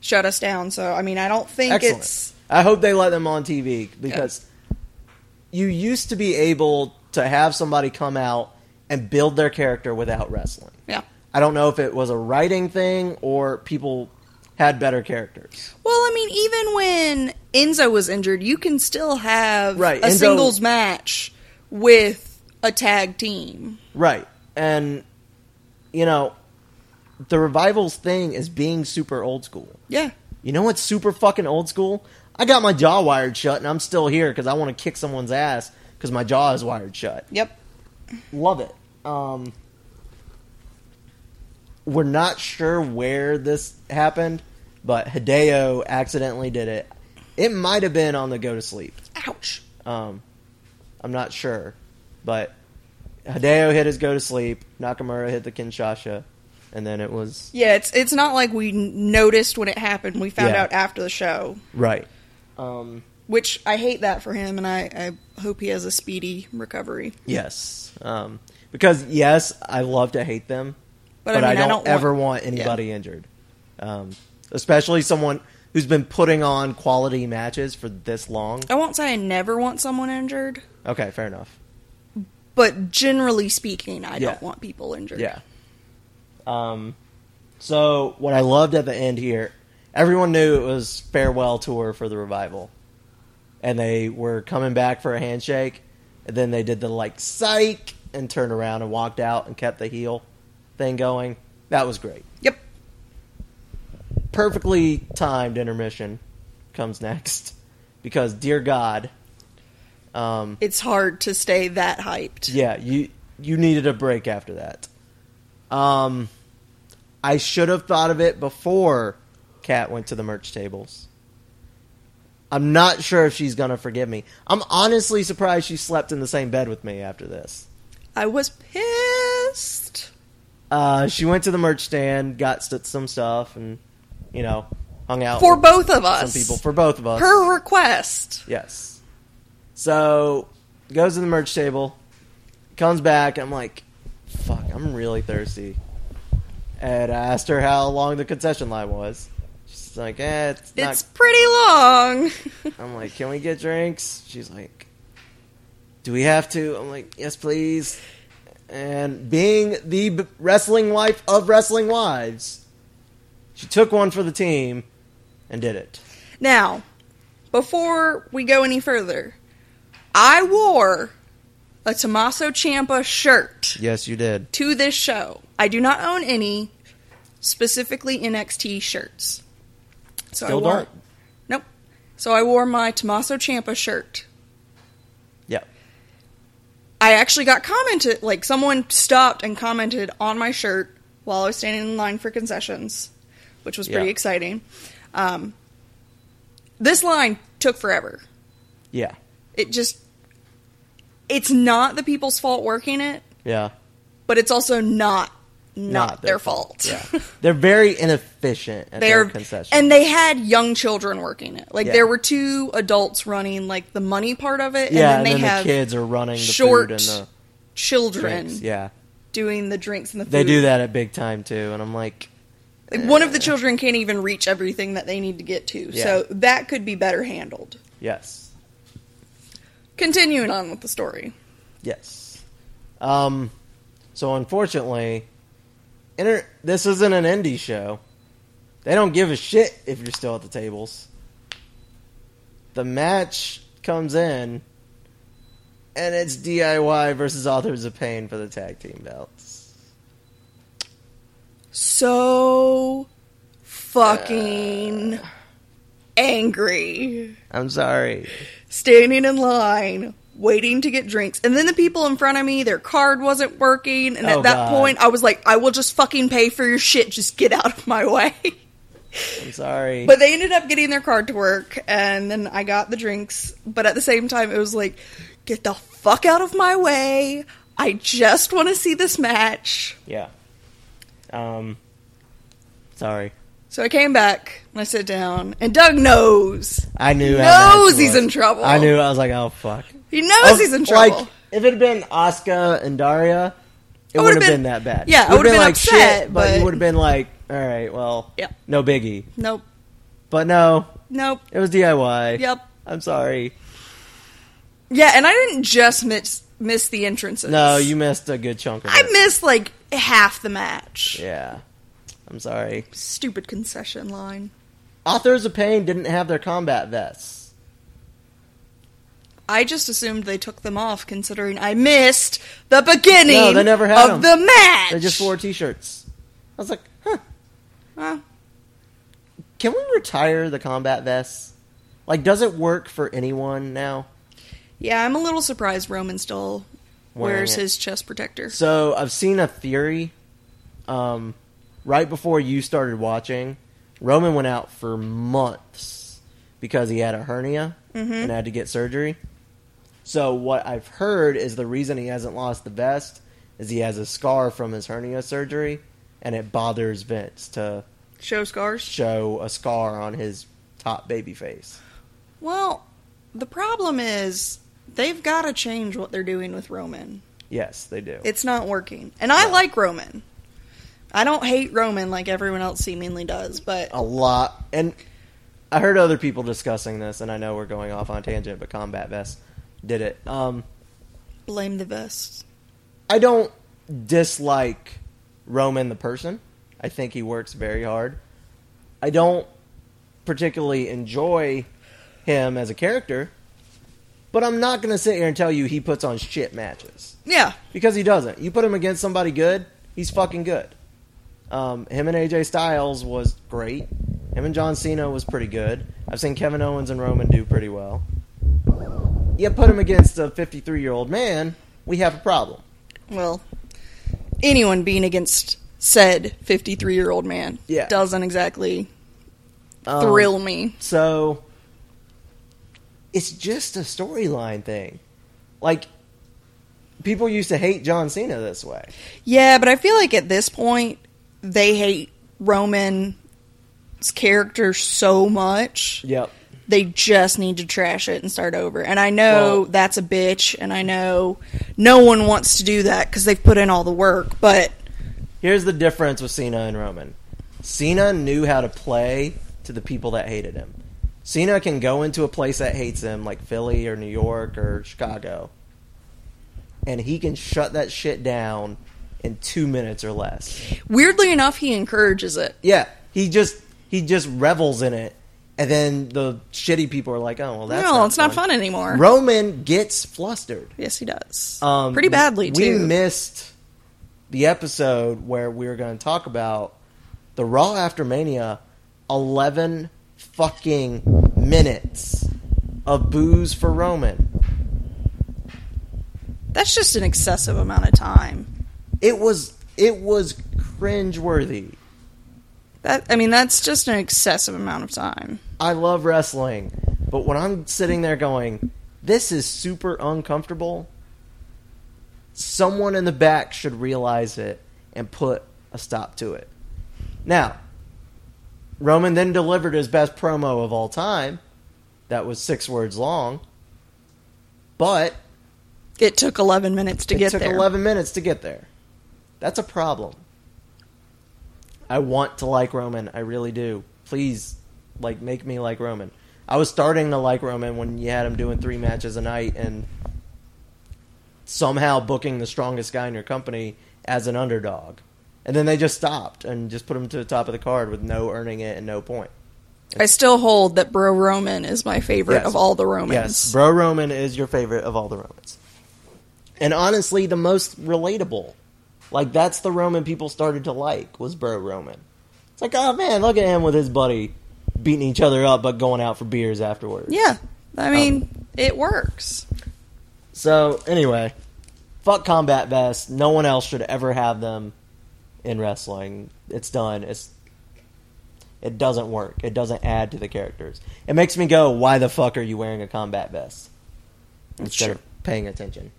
E: shut us down." So, I mean, I don't think
D: Excellent.
E: it's
D: I hope they let them on TV because you used to be able to have somebody come out and build their character without wrestling.
E: yeah.
D: I don't know if it was a writing thing or people had better characters.
E: Well, I mean, even when Enzo was injured, you can still have
D: Right,
E: a
D: Enzo-
E: singles match with a tag team.
D: Right. And, you know, the revival's thing is being super old school.
E: Yeah.
D: You know what's super fucking old school? I got my jaw wired shut and I'm still here because I want to kick someone's ass because my jaw is wired shut.
E: Yep.
D: Love it. Um, we're not sure where this happened, but Hideo accidentally did it. It might have been on the go to sleep.
E: Ouch.
D: Um, I'm not sure, but Hideo hit his go to sleep. Nakamura hit the Kinshasa, and then it was
E: Yeah, it's it's not like we n- noticed when it happened. We found
D: Yeah.
E: out after the show,
D: right. Um,
E: which I hate that for him, and I, I hope he has a speedy recovery.
D: Yes. Um, because yes, I love to hate them, but, I,
E: mean,
D: don't ever
E: want-
D: want, anybody injured, um, especially someone who's been putting on quality matches for this long.
E: I won't say I never want someone injured,
D: Okay, fair enough.
E: but generally speaking, I
D: Yeah.
E: don't want people injured.
D: Yeah. Um, so what I loved at the end here, everyone knew it was farewell tour for the revival, and they were coming back for a handshake, and then they did the like psych and turned around and walked out and kept the heel thing going. That was great.
E: Yep.
D: perfectly timed intermission comes next because dear god um
E: It's hard to stay that hyped.
D: yeah you you needed a break after that um i should have thought of it before kat went to the merch tables i'm not sure if she's gonna forgive me i'm honestly surprised she slept in the same bed with me after this
E: I was pissed.
D: uh she went to the merch stand got st- some stuff and you know hung out
E: For
D: with
E: both of us.
D: some people for both of us
E: Her request.
D: Yes. So goes to the merch table, comes back. I'm like, fuck, I'm really thirsty. And I asked her how long the concession line was. She's like, eh, it's,
E: It's
D: not.
E: pretty long.
D: I'm like, can we get drinks? She's like, do we have to? I'm like, yes, please. And being the b- wrestling wife of wrestling wives, she took one for the team and did it.
E: now, before we go any further, I wore a Tommaso Ciampa shirt
D: Yes, you did.
E: to this show. I do not own any specifically NXT shirts. So
D: Still
E: I wore,
D: don't.
E: Nope. So I wore my Tommaso Ciampa shirt
D: Yeah.
E: I actually got commented, like, someone stopped and commented on my shirt while I was standing in line for concessions, which was pretty
D: Yeah.
E: exciting. Um, this line took forever.
D: Yeah.
E: It just, it's not the people's fault working it,
D: Yeah.
E: but it's also not not, their, fault.
D: Yeah. They're very inefficient at
E: They're
D: their concessions.
E: and they had young children working it. Like
D: Yeah.
E: there were two adults running like the money part of it,
D: yeah,
E: and then they have
D: the kids are running the food
E: short
D: and the
E: children
D: drinks. Yeah.
E: doing the drinks and the food.
D: They do that at big time too, and I'm like,
E: Like, one of the children can't even reach everything that they need to get to,
D: Yeah.
E: so that could be better handled.
D: yes,
E: Continuing on with the story,
D: yes. Um, so unfortunately, inter- this isn't an indie show. They don't give a shit if you're still at the tables. The match comes in, and it's DIY versus Authors of Pain for the tag team belts.
E: so fucking angry.
D: I'm sorry.
E: standing in line waiting to get drinks and then the people in front of me their card wasn't working and
D: Oh,
E: at that
D: God.
E: point i was like i will just fucking pay for your shit just get out of my way
D: I'm sorry.
E: but they ended up getting their card to work and then i got the drinks but at the same time it was like get the fuck out of my way i just want to see this match
D: yeah. Um. Sorry.
E: so i came back and i sat down and doug knows
D: I knew.
E: knows
D: how
E: he's
D: was.
E: in trouble.
D: I knew. I was like, oh fuck.
E: he knows
D: Of-
E: he's in trouble
D: Like, if it had been Asuka and Daria, it
E: I
D: would
E: would've
D: have been,
E: been-
D: that bad.
E: yeah, I
D: It would've
E: would've been upset,
D: shit, but, you
E: but-
D: would have been like, all right, well,
E: Yeah.
D: no biggie.
E: nope
D: But no,
E: nope
D: it was DIY.
E: yep
D: I'm sorry.
E: Yeah, and I didn't just miss miss the entrances.
D: No, you missed a good chunk of
E: I
D: it.
E: missed like half the match.
D: yeah. I'm sorry.
E: Stupid concession line.
D: Authors of Pain didn't have their combat vests.
E: I just assumed they took them off, considering I missed the beginning.
D: No, they never had
E: of
D: them.
E: the match.
D: They just wore t-shirts. I was like, huh.
E: Huh.
D: Can we retire the combat vests? Like, does it work for anyone now?
E: Yeah, I'm a little surprised Roman still
D: Wearing
E: wears
D: it.
E: his chest protector.
D: So I've seen a theory. Um, right before you started watching, Roman went out for months because he had a hernia and had to get surgery. So what I've heard is the reason he hasn't lost the vest is he has a scar from his hernia surgery, and it bothers Vince to
E: Show scars.
D: show a scar on his top baby face.
E: Well, the problem is they've got to change what they're doing with Roman.
D: Yes, they do.
E: It's not working. And I like Roman. I don't hate Roman like everyone else seemingly does, but
D: a lot. And I heard other people discussing this, and I know we're going off on tangent, but Combat Vest did it. Um,
E: blame the vest.
D: I don't dislike Roman the person. I think he works very hard. I don't particularly enjoy him as a character, but I'm not going to sit here and tell you he puts on shit matches
E: Yeah.
D: because he doesn't. You put him against somebody good, he's fucking good. Um, him and AJ Styles was great. Him and John Cena was pretty good. I've seen Kevin Owens and Roman do pretty well. You put him against a 53 year old man, we have a problem.
E: Well, anyone being against said 53 year old man
D: Yeah.
E: doesn't exactly
D: Um,
E: thrill me.
D: So it's just a storyline thing. Like people used to hate John Cena this way.
E: Yeah, but I feel like at this point, they hate Roman's character so much.
D: Yep.
E: They just need to trash it and start over. And I know
D: Well-
E: that's a bitch, and I know no one wants to do that because they've put in all the work, but
D: Here's the difference with Cena and Roman. Cena knew how to play to the people that hated him. Cena can go into a place that hates him, like Philly or New York or Chicago, and he can shut that shit down in two minutes or less.
E: weirdly enough, he encourages it.
D: Yeah, he just he just revels in it, and then the shitty people are like, "Oh, well, that's
E: no,
D: not
E: it's not
D: fun
E: fun anymore.
D: Roman gets flustered.
E: yes, he does.
D: Um,
E: Pretty badly,
D: we
E: too.
D: missed the episode where we were going to talk about the Raw after Mania, eleven fucking minutes of booze for Roman.
E: That's just an excessive amount of time.
D: It was it was cringeworthy.
E: That I mean, that's just an excessive amount of time.
D: I love wrestling, but when I'm sitting there going, this is super uncomfortable, someone in the back should realize it and put a stop to it. Now, Roman then delivered his best promo of all time. That was six words long. But
E: It took 11 minutes to
D: it
E: get
D: took
E: there.
D: 11 minutes to get there. That's a problem. I want to like Roman. I really do. Please, like, make me like Roman. I was starting to like Roman when you had him doing three matches a night and somehow booking the strongest guy in your company as an underdog. And then they just stopped and just put him to the top of the card with no earning it and no point.
E: I still hold that Bro Roman is my favorite
D: Yes.
E: of all the Romans.
D: Yes, Bro Roman is your favorite of all the Romans. And honestly, the most relatable. Like, that's the Roman people started to like, was Bro Roman. It's like, oh man, look at him with his buddy beating each other up, but going out for beers afterwards.
E: Yeah.
D: Um,
E: I mean, it works.
D: So, anyway, fuck combat vests. No one else should ever have them in wrestling. It's done. It's. It doesn't work. It doesn't add to the characters. It makes me go, why the fuck are you wearing a combat vest? Instead
E: Sure.
D: of paying attention.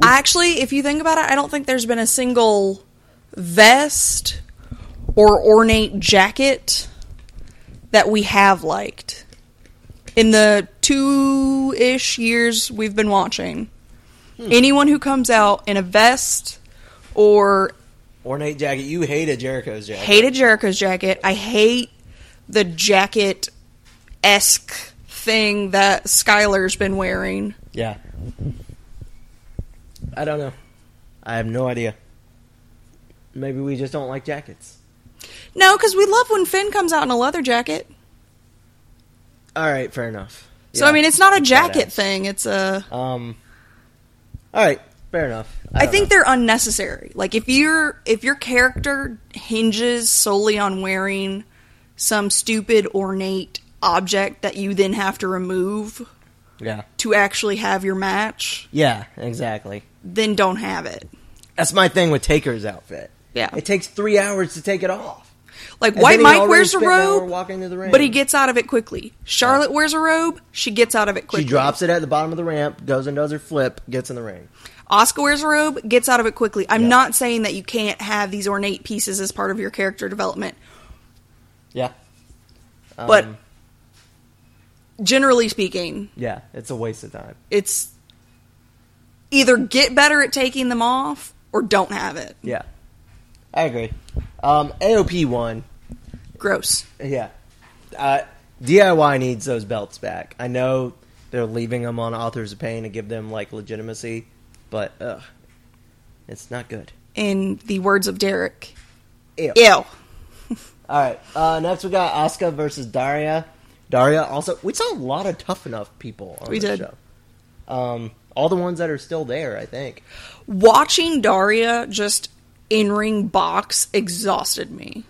E: Actually, if you think about it, I don't think there's been a single vest or ornate jacket that we have liked in the two ish years we've been watching. Anyone who comes out in a vest or
D: Ornate jacket. You hated Jericho's jacket.
E: hated Jericho's jacket, I hate the jacket esque thing that Skylar's been wearing.
D: Yeah. I don't know. I have no idea. Maybe we just don't like jackets.
E: No, because we love when Finn comes out in a leather jacket.
D: All right, fair enough.
E: So
D: Yeah.
E: I mean, it's not a jacket
D: badass.
E: thing. It's a.
D: Um. All right, fair enough.
E: I
D: don't
E: think
D: know.
E: they're unnecessary. Like if your if your character hinges solely on wearing some stupid ornate object that you then have to remove
D: Yeah.
E: to actually have your match,
D: Yeah. Exactly.
E: then don't have it.
D: That's my thing with Taker's outfit.
E: Yeah.
D: It takes three hours to take it off.
E: Like
D: And
E: White
D: then he
E: Mike
D: already
E: wears a
D: spent an hour
E: robe,
D: walking to the ring.
E: but he gets out of it quickly. Charlotte wears a robe, she gets out of it
D: She
E: quickly.
D: drops it at the bottom of the ramp, goes and does her flip, gets in the ring.
E: Oscar wears a robe, gets out of it quickly. I'm not saying that you can't have these ornate pieces as part of your character development,
D: Yeah.
E: but
D: Um,
E: generally speaking,
D: yeah, it's a waste of time.
E: it's either get better at taking them off or don't have it.
D: Yeah, I agree. Um, AOP won.
E: Gross.
D: Yeah, uh, DIY needs those belts back. I know they're leaving them on Authors of Pain to give them like legitimacy, but ugh, it's not good.
E: In the words of Derek,
D: Ew.
E: ew.
D: All right. Uh, next we got Asuka versus Daria. Daria also. We saw a lot of tough enough people on
E: We
D: this
E: did.
D: show. Um, all the ones that are still there, I think.
E: Watching Daria just in ring box exhausted me.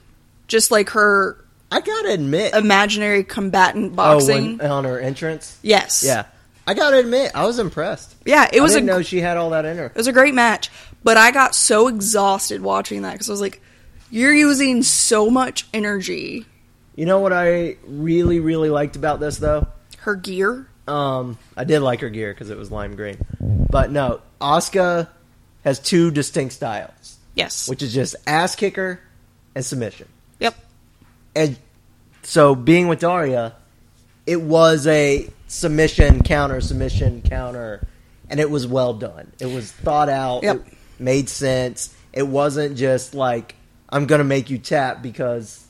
E: Just like her
D: I gotta admit,
E: imaginary combatant
D: oh,
E: boxing.
D: when- on her entrance.
E: yes.
D: Yeah, I gotta admit, I was impressed.
E: Yeah, it was
D: I
E: a
D: didn't know she had all that in her.
E: It was a great match, but I got so exhausted watching that because I was like, "You're using so much energy."
D: You know what I really, really liked about this though?
E: Her gear,
D: Um, I did like her gear because it was lime green. But no, Asuka has two distinct styles,
E: yes,
D: which is just ass kicker and submission.
E: yep,
D: And so being with Daria, it was a submission counter, submission counter, and it was well done. It was thought out.
E: Yep.
D: It made sense. It wasn't just like I'm gonna make you tap because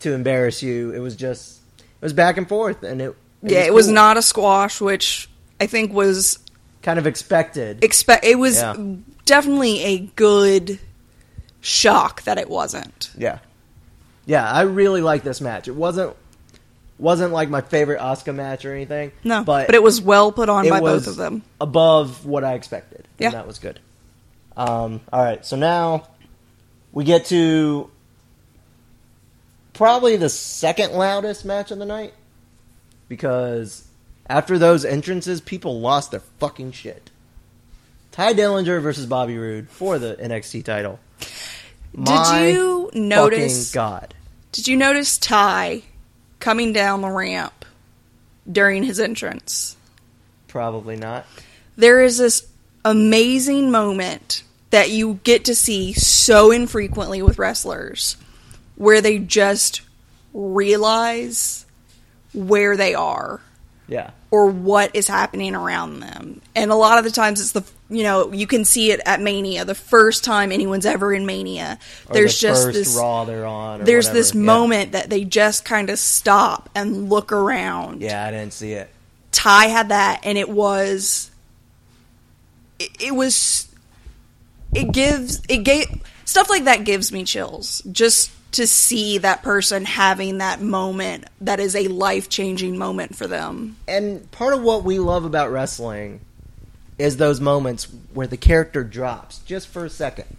D: to embarrass you. It was just it was back and forth, and it,
E: yeah. It was
D: cool.
E: not a squash, which I think was
D: kind of expected.
E: expect. It was
D: Yeah.
E: definitely a good shock that it wasn't.
D: Yeah, yeah. I really like this match. It wasn't wasn't like my favorite Oscar match or anything.
E: No,
D: but
E: but, it was well put on
D: it
E: by
D: was
E: both of them.
D: above what I expected. and
E: Yeah.
D: that was good. Um, all right, so now we get to probably the second loudest match of the night because after those entrances, people lost their fucking shit. Ty Dillinger versus Bobby Roode for the NXT title. My
E: Did you notice?
D: Fucking God.
E: Did you notice Ty coming down the ramp during his entrance?
D: Probably not.
E: there is this amazing moment that you get to see so infrequently with wrestlers where they just realize where they are
D: Yeah.
E: or what is happening around them. And a lot of the times it's the you know, you can see it at Mania, the first time anyone's ever in Mania.
D: Or
E: there's
D: the
E: just
D: first
E: this
D: raw they're on. or
E: there's
D: whatever.
E: this
D: Yeah.
E: moment that they just kind of stop and look around.
D: Yeah, I didn't see it.
E: Ty had that, and it was, it, it was, it gives, it gave stuff like that gives me chills just to see that person having that moment that is a life changing moment for them.
D: and part of what we love about wrestling is those moments where the character drops just for a second,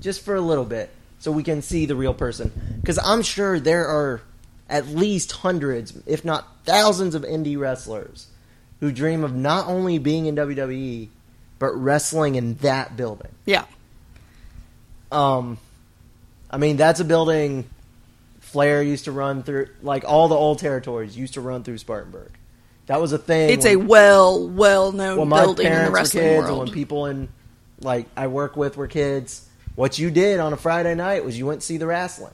D: just for a little bit, so we can see the real person. Because I'm sure there are at least hundreds, if not thousands, of indie wrestlers who dream of not only being in WWE, but wrestling in that building.
E: Yeah,
D: Um, I mean, that's a building Flair used to run through, like all the old territories used to run through Spartanburg. That was a thing.
E: it's a
D: when-
E: well, well known
D: when my
E: building in
D: parents
E: the
D: were
E: wrestling
D: kids, and
E: world.
D: when people in like I work with were kids, what you did on a Friday night was you went to see the wrestling.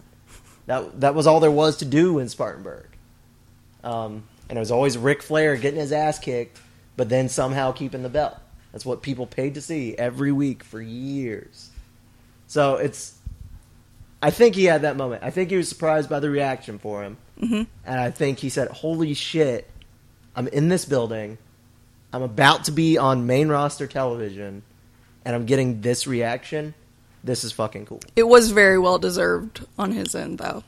D: That that was all there was to do in Spartanburg. Um, and it was always Ric Flair getting his ass kicked, but then somehow keeping the belt. That's what people paid to see every week for years. So it's. I think he had that moment. I think he was surprised by the reaction for him, mm-hmm. and I think he said, "Holy shit, I'm in this building. I'm about to be on main roster television, and I'm getting this reaction. This is fucking cool."
E: it was very well deserved on his end, though.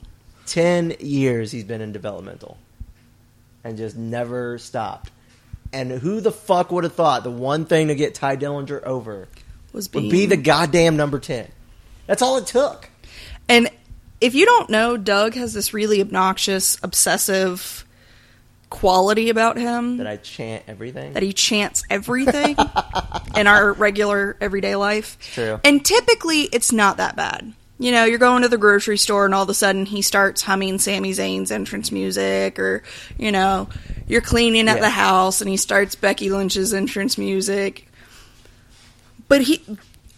D: Ten years he's been in developmental, and just never stopped. And who the fuck would have thought the one thing to get Ty Dillinger over
E: Was being,
D: would be the goddamn number ten? That's all it took.
E: And if you don't know, Doug has this really obnoxious, obsessive quality about him
D: That I chant everything.
E: that he chants everything in our regular everyday life.
D: true.
E: And typically, it's not that bad. You know, you're going to the grocery store and all of a sudden he starts humming Sami Zayn's entrance music, or, you know, you're cleaning at
D: Yeah.
E: the house and he starts Becky Lynch's entrance music. But he,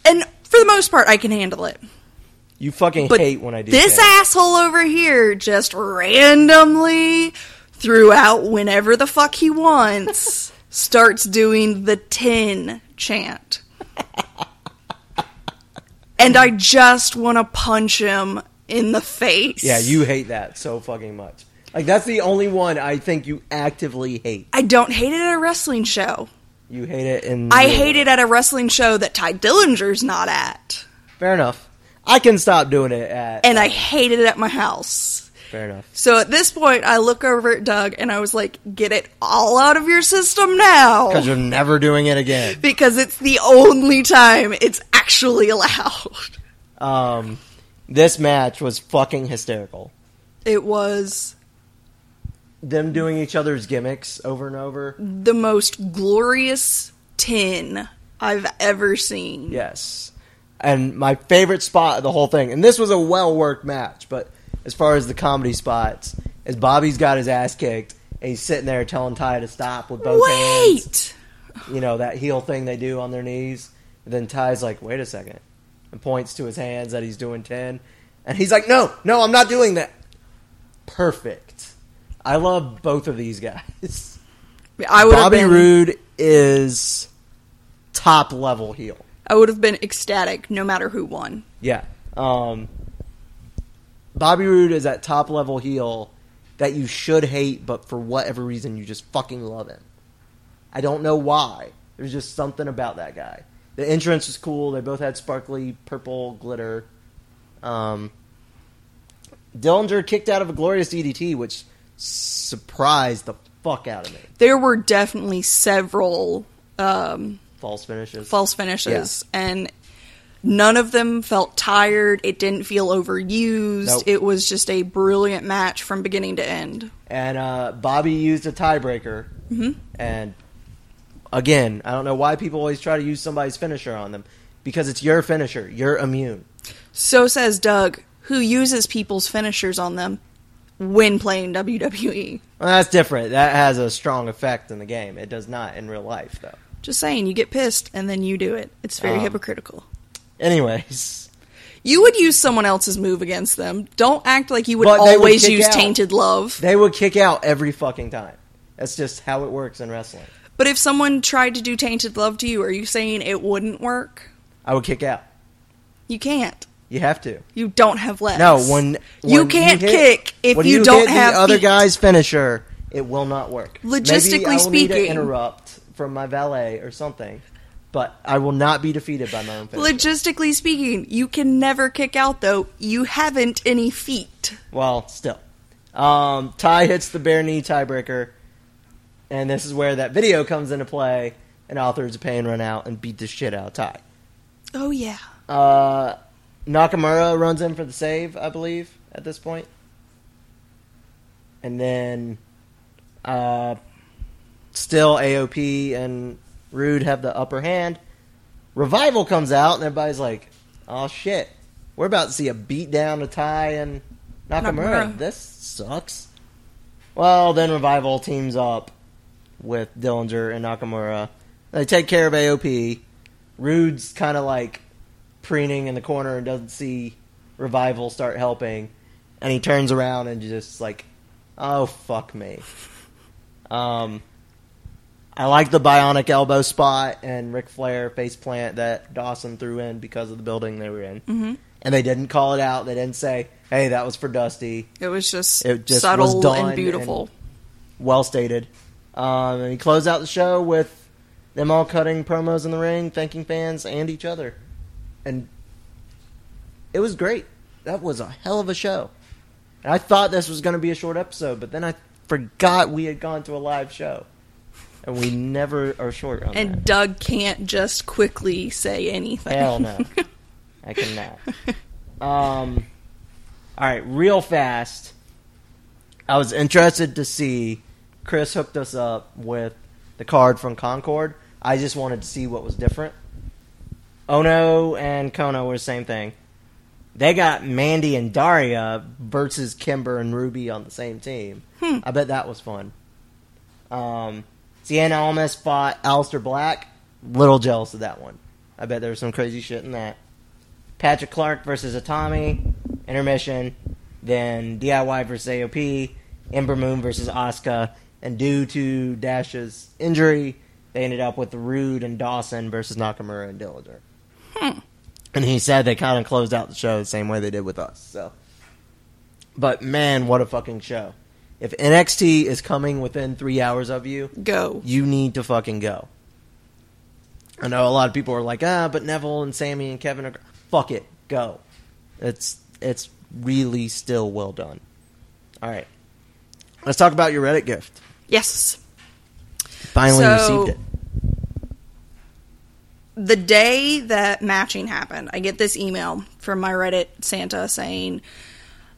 E: and for the most part, I can handle it
D: You fucking
E: but
D: hate when I do
E: this
D: that.
E: asshole over here just randomly throughout whenever the fuck he wants starts doing the 10 chant and i just want to punch him in the face
D: Yeah, you hate that so fucking much. Like that's the only one I think you actively hate.
E: i don't hate it at a wrestling show
D: You hate it in.
E: i hate it at a wrestling show that ty dillinger's not at
D: Fair enough. I can stop doing it at.
E: and i hate it at my house
D: fair enough.
E: So at this point, I look over at Doug and I was like, get it all out of your system now.
D: Because you're never doing it again.
E: Because it's the only time it's actually allowed.
D: Um, this match was fucking hysterical.
E: It was
D: Them doing each other's gimmicks over and over.
E: the most glorious tin I've ever seen.
D: Yes. And my favorite spot of the whole thing, and this was a well worked match, but as far as the comedy spots, is Bobby's got his ass kicked, and he's sitting there telling Ty to stop with both hands.
E: Wait!
D: You know, that heel thing they do on their knees. And then Ty's like, wait a second. And points to his hands that he's doing 10. And he's like, no, no, I'm not doing that. Perfect. I love both of these guys.
E: I would have
D: Bobby
E: been,
D: Roode is top level heel.
E: I would have been ecstatic no matter who won.
D: Yeah. Um, Bobby Roode is that top level heel that you should hate, but for whatever reason, you just fucking love him. I don't know why. There's just something about that guy. The entrance was cool. They both had sparkly purple glitter. Um, Dillinger kicked out of a glorious DDT, which surprised the fuck out of me.
E: There were definitely several um,
D: False finishes.
E: false finishes and none of them felt tired it didn't feel overused
D: Nope.
E: it was just a brilliant match from beginning to end
D: and uh, Bobby used a tiebreaker. Mm-hmm. And again, I don't know why people always try to use somebody's finisher on them because it's your finisher. You're immune.
E: so says doug who uses people's finishers on them when playing E. wwe
D: Well, that's different. That has a strong effect in the game. It does not in real life, though. Um,
E: just saying you get pissed and then you do it it's very hypocritical
D: Anyways,
E: You would use someone else's move against them. Don't act like you would
D: But they would
E: always
D: kick
E: use
D: out.
E: tainted love.
D: they would kick out every fucking time. That's just how it works in wrestling.
E: But if someone tried to do tainted love to you, are you saying it wouldn't work?
D: I would kick out.
E: You can't.
D: You have to.
E: You don't have legs.
D: No, when, when
E: you can't
D: hit-
E: kick if
D: when
E: you,
D: hit
E: don't have
D: the other
E: feet.
D: guy's finisher, it will not work. Maybe I
E: Logistically
D: will need to
E: speaking-
D: interrupt from my valet or something, but I will not be defeated by my own finisher.
E: Logistically speaking, you can never kick out though. You haven't any feet.
D: Well, still. Um, Ty hits the bare knee tiebreaker, and this is where that video comes into play, and authors of pain run out and beat the shit out of Ty.
E: Oh yeah.
D: Uh, Nakamura runs in for the save, I believe, at this point. And then uh, still AOP and Rude have the upper hand. Revival comes out, and everybody's like, oh shit, we're about to see a beatdown of Ty and Nakamura.
E: Nakamura.
D: This sucks. Well, then Revival teams up with Dillinger and Nakamura. They take care of AOP. Rude's kind of like preening in the corner and doesn't see Revival start helping. And he turns around and just like, oh, fuck me. Um, I like the bionic elbow spot and Ric Flair face plant that Dawson threw in because of the building they were in. Mm-hmm. And they didn't call it out. They didn't say, hey, that was for Dusty.
E: It was just,
D: It just
E: subtle
D: was done
E: and beautiful.
D: Well stated. Um, and he closed out the show with them all cutting promos in the ring, thanking fans and each other. And it was great. That was a hell of a show. And I thought this was going to be a short episode, but then I forgot we had gone to a live show. And we never are short on
E: And,
D: that.
E: Doug can't just quickly say anything.
D: Hell no. I cannot. Um, all right, real fast. I was interested to see Chris hooked us up with the card from Concord. I just wanted to see what was different. Ono and Kono were the same thing. They got Mandy and Daria versus Kimber and Ruby on the same team. I bet that was fun. Um, Sienna Almas fought Alistair Black. Little jealous of that one. I bet there was some crazy shit in that. Patrick Clark versus Atami, intermission. Then DIY versus AOP, Ember Moon versus Asuka, and due to Dash's injury, they ended up with Rude and Dawson versus Nakamura and Dillinger. And he said they kind of closed out the show the same way they did with us. So, but man, what a fucking show! If NXT is coming within three hours of you,
E: Go.
D: you need to fucking go. I know a lot of people are like, ah, but Neville and Sammy and Kevin are gr-" fuck it, go. It's it's really still well done. All right, let's talk about your Reddit gift.
E: Yes.
D: Finally
E: So-
D: received it.
E: the day that matching happened, I get this email from my Reddit Santa saying,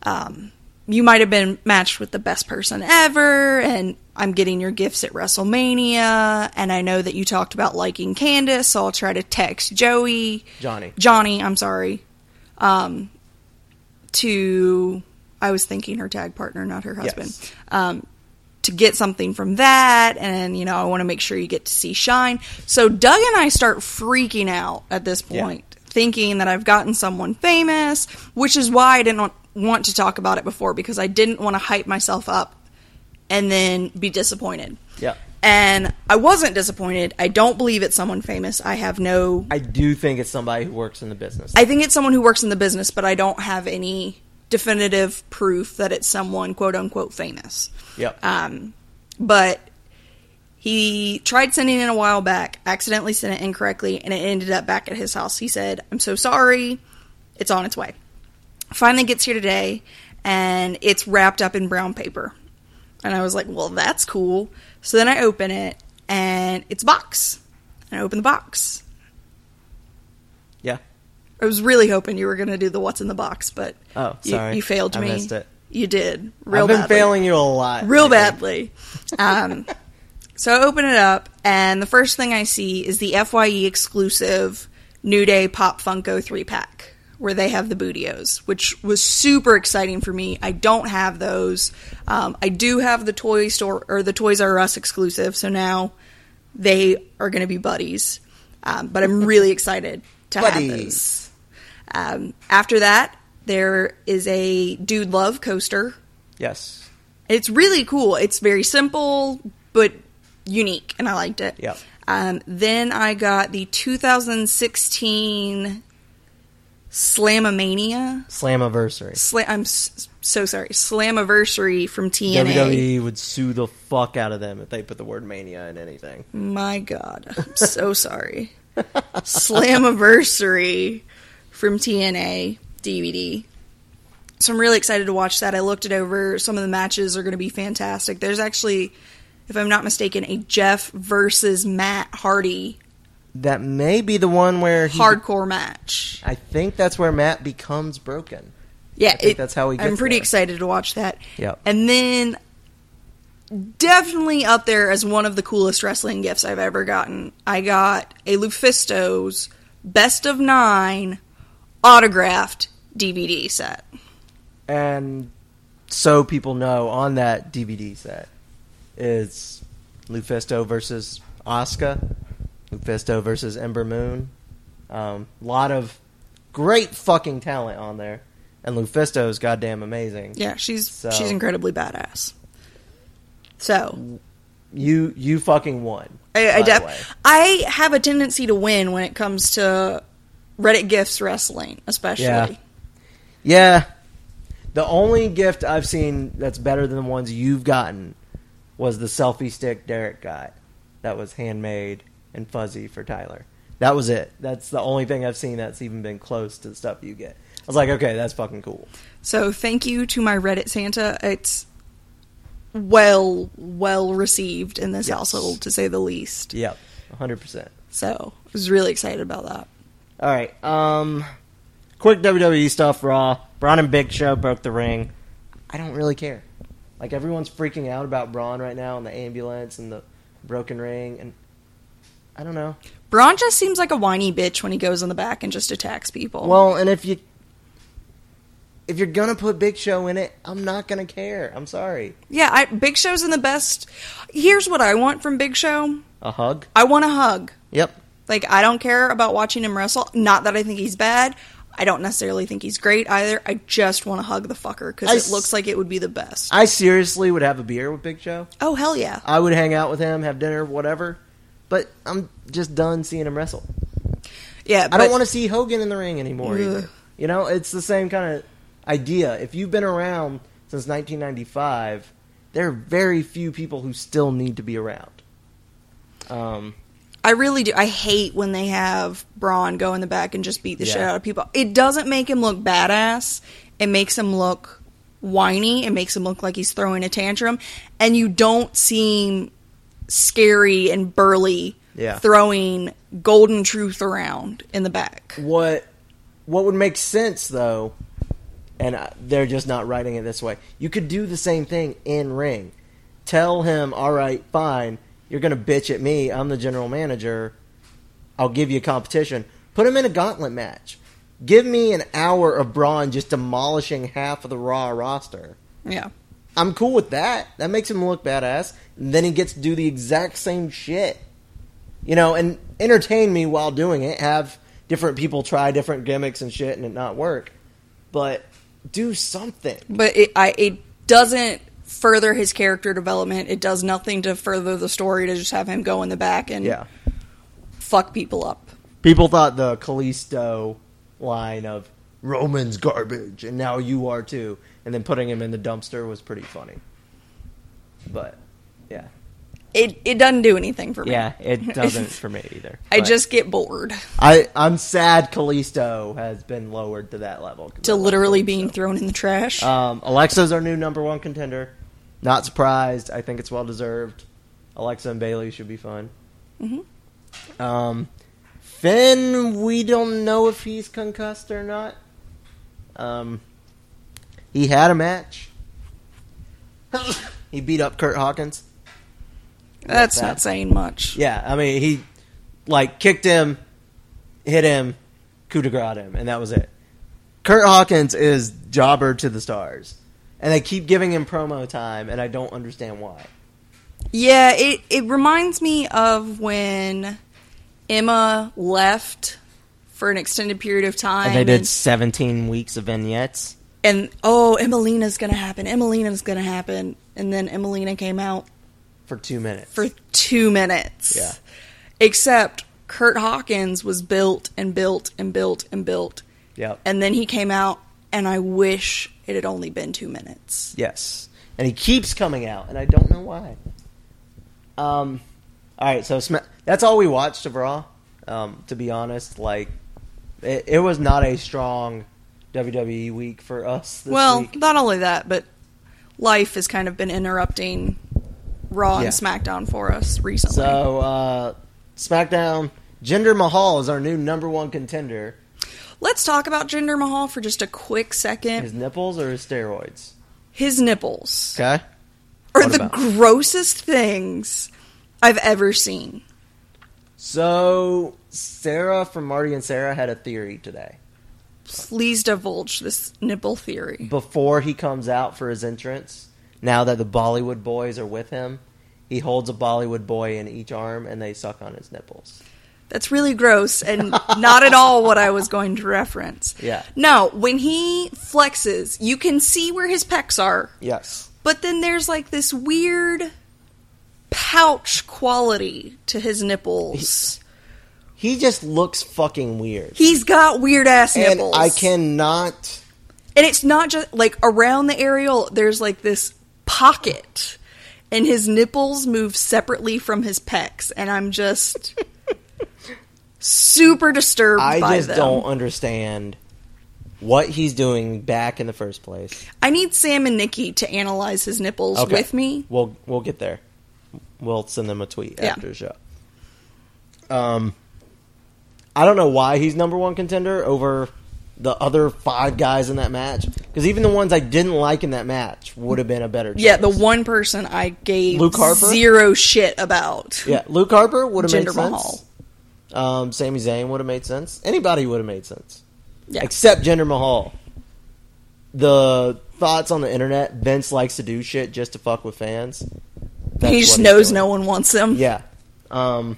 E: um, "You might have been matched with the best person ever, and I'm getting your gifts at WrestleMania, and I know that you talked about liking Candace, so I'll try to text Joey,
D: Johnny.
E: Johnny, I'm sorry, um, to I was thinking her tag partner, not her husband."
D: Yes.
E: Um, to get something from that and you know i want to make sure you get to see shine so doug and i start freaking out at this
D: Yeah.
E: point thinking that i've gotten someone famous which is why i didn't want- want to talk about it before because i didn't want to hype myself up and then be disappointed
D: Yeah.
E: and i wasn't disappointed i don't believe it's someone famous i have no
D: I do think it's somebody who works in the business.
E: I think it's someone who works in the business, but I don't have any definitive proof that it's someone quote unquote famous.
D: yep.
E: um, But he tried sending it a while back, accidentally sent it incorrectly, and it ended up back at his house. He said, I'm so sorry. It's on its way. Finally gets here today, and it's wrapped up in brown paper. And I was like, well, that's cool. So then I open it, and it's a box. And I open the box.
D: yeah.
E: I was really hoping you were going to do the what's in the box, but
D: Oh,
E: you-
D: sorry.
E: You, failed
D: I
E: me.
D: missed it.
E: You did. Real
D: I've been
E: badly.
D: failing you a lot.
E: Real
D: lately.
E: badly. Um, so I open it up, and the first thing I see is the FYE exclusive New Day Pop Funko 3 pack, where they have the bootios, which was super exciting for me. I don't have those. Um, I do have the Toy Store or the Toys R Us exclusive, so now they are going to be buddies. Um, but I'm really excited to have
D: Buddies.
E: those. Um, after that, there is a Dude Love coaster.
D: Yes.
E: It's really cool. It's very simple but unique, and I liked it.
D: Yep.
E: Um, then I got the 2016 Slamamania.
D: Slammiversary.
E: Sla- I'm s- so sorry. Slammiversary from TNA.
D: WWE E would sue the fuck out of them if they put the word mania in anything.
E: My God, I'm so sorry. Slammiversary from TNA DVD. So I'm really excited to watch that. I looked it over. Some of the matches are going to be fantastic. There's actually, if I'm not mistaken, a Jeff versus Matt Hardy
D: That may be the one where he,
E: hardcore match.
D: I think that's where Matt becomes broken.
E: Yeah,
D: think that's how he
E: I'm
D: gets
E: pretty
D: there.
E: excited to watch that.
D: Yep.
E: And then definitely up there as one of the coolest wrestling gifts I've ever gotten. I got a Lufisto's Best of 9 autographed DVD set.
D: And so people know on that DVD set is Lufisto versus Asuka, Lufisto versus Ember Moon. A um, lot of great fucking talent on there. And Lufisto is goddamn amazing.
E: Yeah, she's
D: So-
E: she's incredibly badass. So,
D: You you fucking won.
E: I I,
D: by the
E: def-
D: way.
E: I have a tendency to win when it comes to Reddit gifts wrestling, especially.
D: Yeah. Yeah. The only gift I've seen that's better than the ones you've gotten was the selfie stick Derek got that was handmade and fuzzy for Tyler. That was it. That's the only thing I've seen that's even been close to the stuff you get. I was like, okay, that's fucking cool.
E: So thank you to my Reddit Santa. It's well, well received in this
D: Yes.
E: household, to say the least.
D: Yep, 100%.
E: So I was really excited about that.
D: All right. Um, quick WWE stuff. Raw. Braun and Big Show broke the ring. I don't really care. Like everyone's freaking out about Braun right now and the ambulance and the broken ring and I don't know.
E: Braun just seems like a whiny bitch when he goes in the back and just attacks people.
D: Well, and if you if you're gonna put Big Show in it, I'm not gonna care. I'm sorry.
E: yeah, I, Big Show's in the best. Here's what I want from Big Show
D: A hug.
E: I want a hug.
D: Yep.
E: Like, I don't care about watching him wrestle. Not that I think he's bad. I don't necessarily think he's great either. I just want to hug the fucker because
D: I
E: it
D: s-
E: looks like it would be the best.
D: I seriously would have a beer with Big Show.
E: oh, hell yeah.
D: I would hang out with him, have dinner, whatever. But I'm just done seeing him wrestle.
E: Yeah.
D: I don't
E: but-
D: want to see Hogan in the ring anymore.
E: Ugh.
D: Either. You know, it's the same kind of idea. If you've been around since 1995, there are very few people who still need to be around. Um,
E: I really do. I hate when they have Braun go in the back and just beat the shit
D: Yeah.
E: out of people. It doesn't make him look badass. It makes him look whiny. It makes him look like he's throwing a tantrum. And you don't seem scary and burly
D: Yeah.
E: throwing golden truth around in the back.
D: what what would make sense though and uh, they're just not writing it this way you could do the same thing in ring tell him all right fine you're gonna bitch at me i'm the general manager i'll give you competition put him in a gauntlet match give me an hour of braun just demolishing half of the raw roster
E: Yeah.
D: i'm cool with that that makes him look badass and then he gets to do the exact same shit you know, and entertain me while doing it. Have different people try different gimmicks and shit, and it not work. But do something.
E: But it, I, it doesn't further his character development. It does nothing to further the story to just have him go in the back and fuck people up.
D: people thought the Callisto line of Roman's garbage, and now you are too. And then putting him in the dumpster was pretty funny. But yeah,
E: It, it doesn't do anything for me.
D: it doesn't for me either.
E: I
D: But
E: just get bored
D: I I'm sad Callisto has been lowered to that level 'cause I
E: to
D: love
E: literally
D: Kalisto.
E: being thrown in the trash.
D: Um, Alexa's our new number one contender. Not surprised. I think it's well deserved. Alexa and Bailey should be fun. Mm-hmm. Um, Finn, we don't know if he's concussed or not. Um, he had a match. he beat up Kurt Hawkins.
E: That's
D: that.
E: not saying much.
D: Yeah, I mean he like kicked him, hit him, coup de grace him, and that was it. Kurt Hawkins is jobber to the stars, and they keep giving him promo time, and I don't understand why.
E: Yeah, it, it reminds me of when Emma left for an extended period of time.
D: And they did 17 weeks of vignettes.
E: And, and oh, Emelina's gonna happen. Emelina's gonna happen. And then Emelina came out
D: For two minutes.
E: for two minutes.
D: Yeah.
E: Except Kurt Hawkins was built and built and built and built.
D: Yep.
E: And then he came out, and I wish it had only been two minutes.
D: Yes. And he keeps coming out, and I don't know why. Um, all right, so Sma that's all we watched of Raw. Um, to be honest, like it, it was not a strong WWE week for us. This
E: well,
D: week.
E: not only that, but life has kind of been interrupting Raw
D: Yeah.
E: and SmackDown for us recently.
D: so uh, SmackDown, Jinder Mahal is our new number one contender.
E: Let's talk about Jinder Mahal for just a quick second.
D: His
E: His,
D: nipples or his steroids?
E: nipples
D: Okay,
E: are
D: What
E: the
D: about?
E: grossest things I've ever seen.
D: so Sarah from Marty and Sarah had a theory today.
E: Please divulge this nipple theory.
D: before he comes out for his entrance, now that the Bollywood boys are with him, he holds a Bollywood boy in each arm and they suck on his nipples.
E: That's really gross and not at all what I was going to reference.
D: Yeah.
E: No, when he flexes, you can see where his pecs are,
D: Yes.
E: but then there's like this weird pouch quality to his nipples.
D: He just looks fucking weird.
E: He's got weird ass
D: And
E: nipples.
D: I cannot
E: And it's not just like around the areola, there's like this pocket, and his nipples move separately from his pecs. And I'm just super disturbed
D: I
E: by
D: just
E: them.
D: don't understand what he's doing back in the first place.
E: I need Sam and Nikki to analyze his nipples
D: Okay.
E: with me.
D: We'll we'll get there. We'll send them a tweet
E: Yeah.
D: after the show. Um, I don't know why he's number one contender over the other five guys in that match because even the ones I didn't like in that match would have been a better. Choice.
E: Yeah, the one person I gave
D: Luke Harper?
E: zero shit about.
D: Yeah, Luke Harper would have made
E: Jinder
D: sense.
E: Mahal.
D: Um, Sami Zayn would have made sense. Anybody would have made sense
E: Yeah.
D: except Jinder Mahal. The thoughts on the internet: Vince likes to do shit just to fuck with fans. That's
E: he
D: what
E: just
D: he's
E: knows
D: doing.
E: no one wants him.
D: Yeah. Um,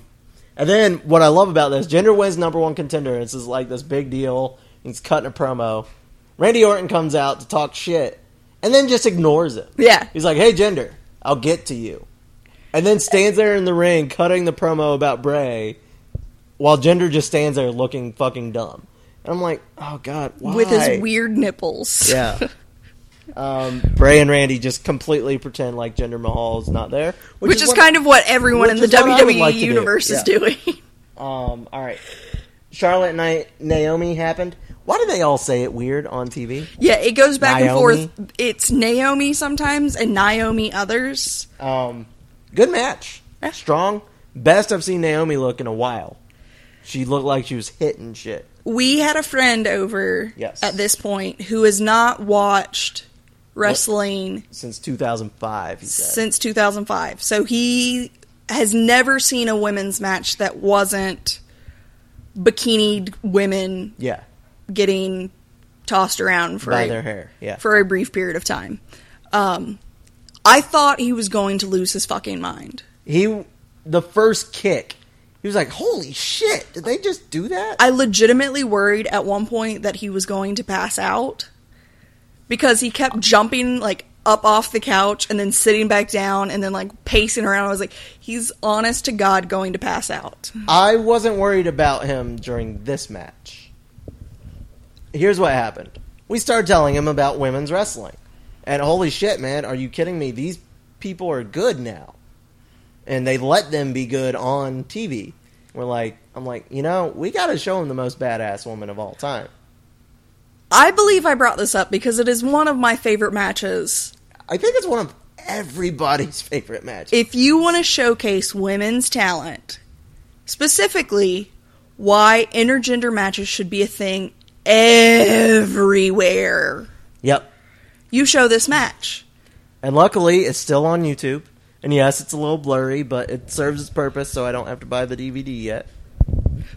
D: and then what I love about this, Jinder wins number one contender. This is like this big deal. He's cutting a promo. Randy Orton comes out to talk shit, and then just ignores him.
E: Yeah.
D: He's like, "Hey, Jinder, I'll get to you," and then stands there in the ring cutting the promo about Bray, while Jinder just stands there looking fucking dumb. And I'm like, "Oh God, why?"
E: With his weird nipples.
D: Yeah. Um, Bray and Randy just completely pretend like Jinder Mahal is not there,
E: Which, is,
D: what-
E: kind of what everyone
D: which
E: in the
D: is what I would
E: WWE
D: like to do.
E: universe is
D: Yeah.
E: doing.
D: Um, all right. Charlotte and I, Naomi happened. Why do they all say it weird on TV?
E: Yeah, it goes back
D: Naomi.
E: and forth. It's Naomi sometimes and Naomi others.
D: Um, good match.
E: Yeah.
D: Strong. Best I've seen Naomi look in a while. She looked like she was hitting shit.
E: We had a friend over
D: Yes.
E: at this point who has not watched wrestling
D: Since 2005, he said.
E: since 2005. So he has never seen a women's match that wasn't bikinied women
D: yeah.
E: getting tossed around for
D: By
E: a-
D: their hair. Yeah.
E: for a brief period of time. Um, I thought he was going to lose his fucking mind.
D: he, the first kick, he was like, holy shit, did they just do that?
E: I legitimately worried at one point that he was going to pass out because he kept jumping like up off the couch and then sitting back down and then like pacing around. I was like, he's honest to God going to pass out.
D: I wasn't worried about him during this match. Here's what happened. We started telling him about women's wrestling. And holy shit, man, are you kidding me? These people are good now. And they let them be good on TV. We're like, I'm like, you know, we got to show him the most badass woman of all time.
E: I believe I brought this up because it is one of my favorite matches.
D: I think it's one of everybody's favorite matches.
E: If you want to showcase women's talent, specifically why intergender matches should be a thing everywhere,
D: yep.
E: you show this match.
D: And luckily, it's still on YouTube. And yes, it's a little blurry, but it serves its purpose, so I don't have to buy the DVD yet.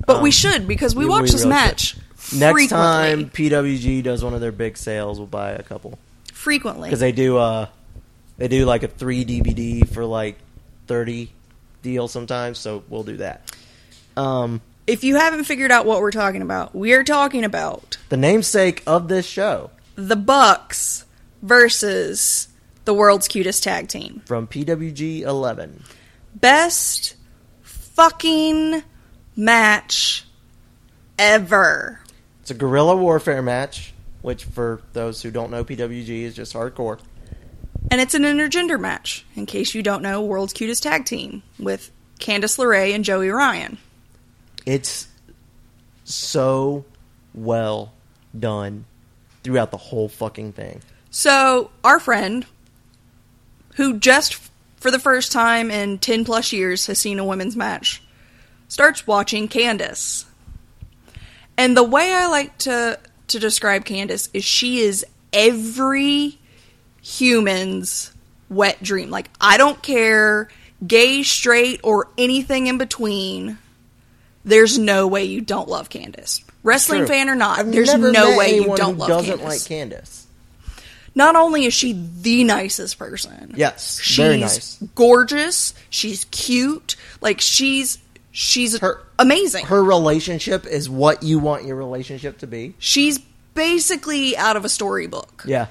E: But
D: Um,
E: we should because we,
D: we-
E: watch
D: we
E: this
D: really
E: match
D: Next
E: frequently.
D: time PWG does one of their big sales, we'll buy a couple
E: frequently.
D: because they do. Uh, they do like a three DVD for like thirty deal sometimes, so we'll do that. Um,
E: If you haven't figured out what we're talking about, we're talking about
C: The namesake of this show
E: the Bucks versus the world's cutest tag team.
C: from PWG 11.
E: Best fucking match ever.
C: It's a guerrilla warfare match, which for those who don't know PWG is just hardcore.
E: And it's an intergender match, in case you don't know, world's cutest tag team with Candice LeRae and Joey Ryan.
C: It's so well done throughout the whole fucking thing.
E: So, our friend, who just f- for the first time in 10 plus years has seen a women's match, starts watching Candace. And the way I like to, to describe Candace is she is every human's wet dream. Like, I don't care, gay, straight, or anything in between. There's no way you don't love Candace. Wrestling
C: True.
E: fan or not,
C: I've
E: there's
C: never
E: no
C: met
E: way you
C: anyone
E: don't
C: who
E: love
C: doesn't
E: Candace
C: like Candace.
E: not only is she the nicest person.
C: Yes,
E: she's
C: very nice.
E: gorgeous. She's cute. Like she's she's
C: Her-
E: amazing.
C: Her relationship is what you want your relationship to be.
E: she's basically out of a storybook.
C: Yeah.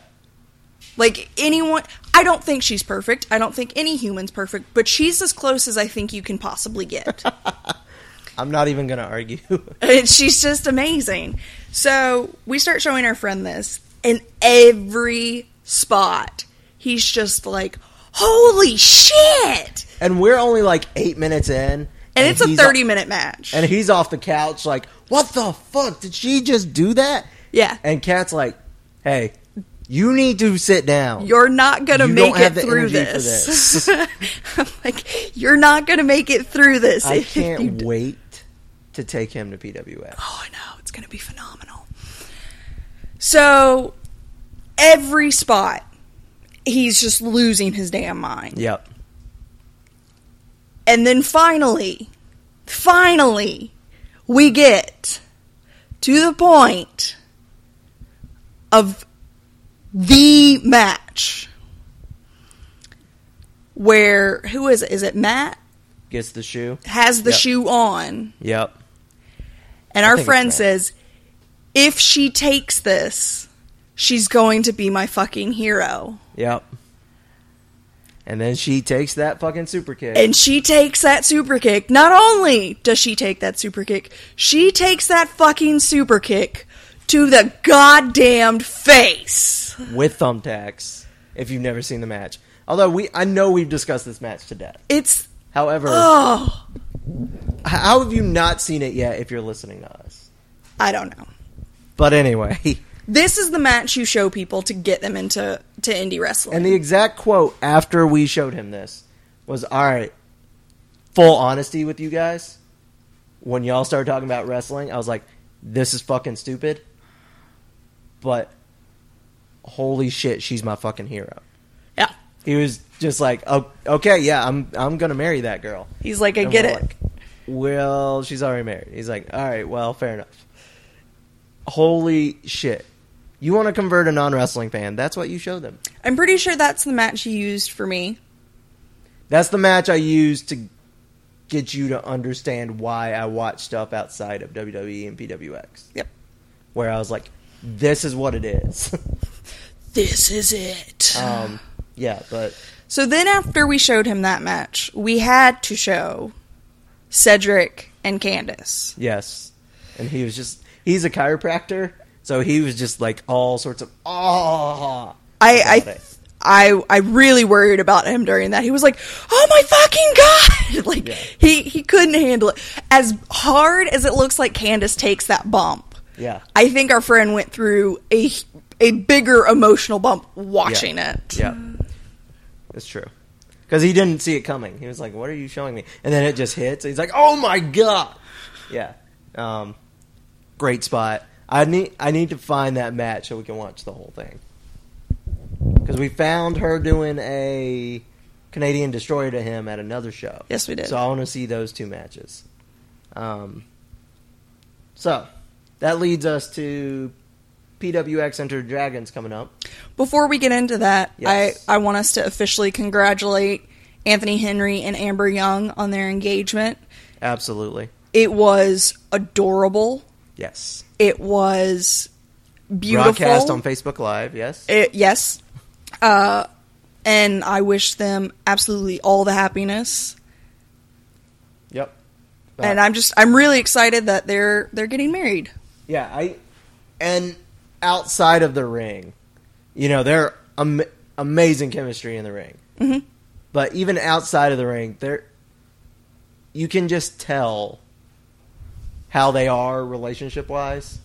E: Like anyone, I don't think she's perfect. I don't think any human's perfect, but she's as close as I think you can possibly get.
C: I'm not even going to argue.
E: And she's just amazing. So we start showing our friend this, and every spot, he's just like, "Holy shit!"
C: and we're only like eight minutes in.
E: And, it's a
C: he's-
E: 30 minute match.
C: And he's off the couch like, what the fuck? Did she just do that?
E: yeah.
C: And Kat's like, hey, you need to sit down.
E: you're not going to
C: You
E: make
C: don't have
E: it
C: the
E: through
C: energy for
E: this. I'm like, you're not going to make it through this.
C: I
E: if you
C: can't wait to take him to PWF.
E: Oh, I know. It's going to be phenomenal. So, every spot, he's just losing his damn mind.
C: Yep.
E: And then finally, finally, we get to the point of the match where who is it? Is it Matt
C: Gets the shoe.
E: has the
C: Yep.
E: shoe on,
C: Yep.
E: and our
C: think it's
E: friend
C: Matt.
E: says, "If she takes this, she's going to be my fucking hero."
C: Yep. And then she takes that fucking super kick.
E: And she takes that super kick. Not only does she take that super kick, she takes that fucking super kick to the goddamn face.
C: with thumbtacks if you've never seen the match. Although we I know we've discussed this match to death.
E: It's
C: However,
E: oh,
C: h- how have you not seen it yet if you're listening to us?
E: I don't know.
C: But anyway,
E: This is the match you show people to get them into to indie wrestling.
C: and the exact quote after we showed him this was all right, full honesty with you guys. When y'all started talking about wrestling, I was like, this is fucking stupid. But holy shit, she's my fucking hero.
E: yeah.
C: He was just like, oh, okay, yeah, I'm I'm gonna marry that girl.
E: He's like, I
C: And
E: get
C: we're
E: it.
C: like, well, she's already married. He's like, all right, well, fair enough. Holy shit. You want to convert a non wrestling fan. That's what you show them.
E: I'm pretty sure that's the match you used for me.
C: That's the match I use to get you to understand why I watch stuff outside of WWE and PWX.
E: Yep.
C: Where I was like, this is what it is.
E: This is it.
C: um, yeah, but
E: So then, after we showed him that match, we had to show Cedric and Candace.
C: yes. And he was just, he's a chiropractor. So he was just like all sorts of, ah.
E: I
C: about
E: I,
C: it.
E: I I really worried about him during that. He was like, "Oh my fucking god!" like
C: Yeah.
E: he he couldn't handle it. As hard as it looks like Candace takes that bump,
C: Yeah.
E: I think our friend went through a a bigger emotional bump watching it.
C: Yeah, that's true. Because he didn't see it coming. He was like, "What are you showing me?" And then it just hits. And he's like, "Oh my god!" Yeah, um, great spot. I need I need to find that match so we can watch the whole thing. Because we found her doing a Canadian destroyer to him at another show.
E: Yes, we did.
C: So I want to see those two matches. Um, so that leads us to PWX Enter Dragons coming up.
E: Before we get into that,
C: Yes.
E: I I want us to officially congratulate Anthony Henry and Amber Young on their engagement.
C: Absolutely.
E: It was adorable.
C: Yes.
E: It was beautiful.
C: Broadcast on Facebook Live. Yes.
E: It- yes. Uh, and I wish them absolutely all the happiness.
C: yep.
E: And I'm just I'm really excited that they're they're getting married.
C: Yeah, I and outside of the ring, you know, they're am- amazing chemistry in the ring. Mm-hmm. But even outside of the ring, they're you can just tell how they are relationship wise,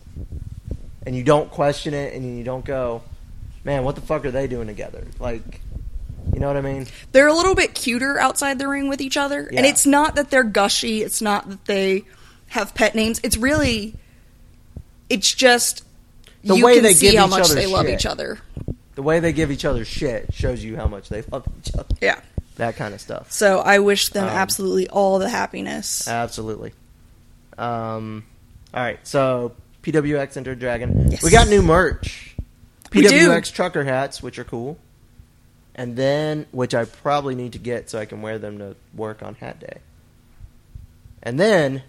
C: and you don't question it, and you don't go, "Man, what the fuck are they doing together?" Like, you know what I mean?
E: They're a little bit cuter outside the ring with each other.
C: Yeah.
E: And it's not that they're gushy, it's not that they have pet names. It's really it's just
C: The
E: you
C: way
E: can
C: they
E: see
C: give
E: how
C: each
E: much
C: other
E: they love
C: shit.
E: each other.
C: The way they give each other shit shows you how much they love each other.
E: Yeah.
C: That kind of stuff.
E: So I wish them
C: Um, uh,
E: absolutely all the happiness.
C: Absolutely. Um, all right, so PWX Enter Dragon.
E: Yes.
C: We got new merch.
E: We do.
C: PWX trucker hats, which are cool. And then, which I probably need to get so I can wear them to work on hat day. And then,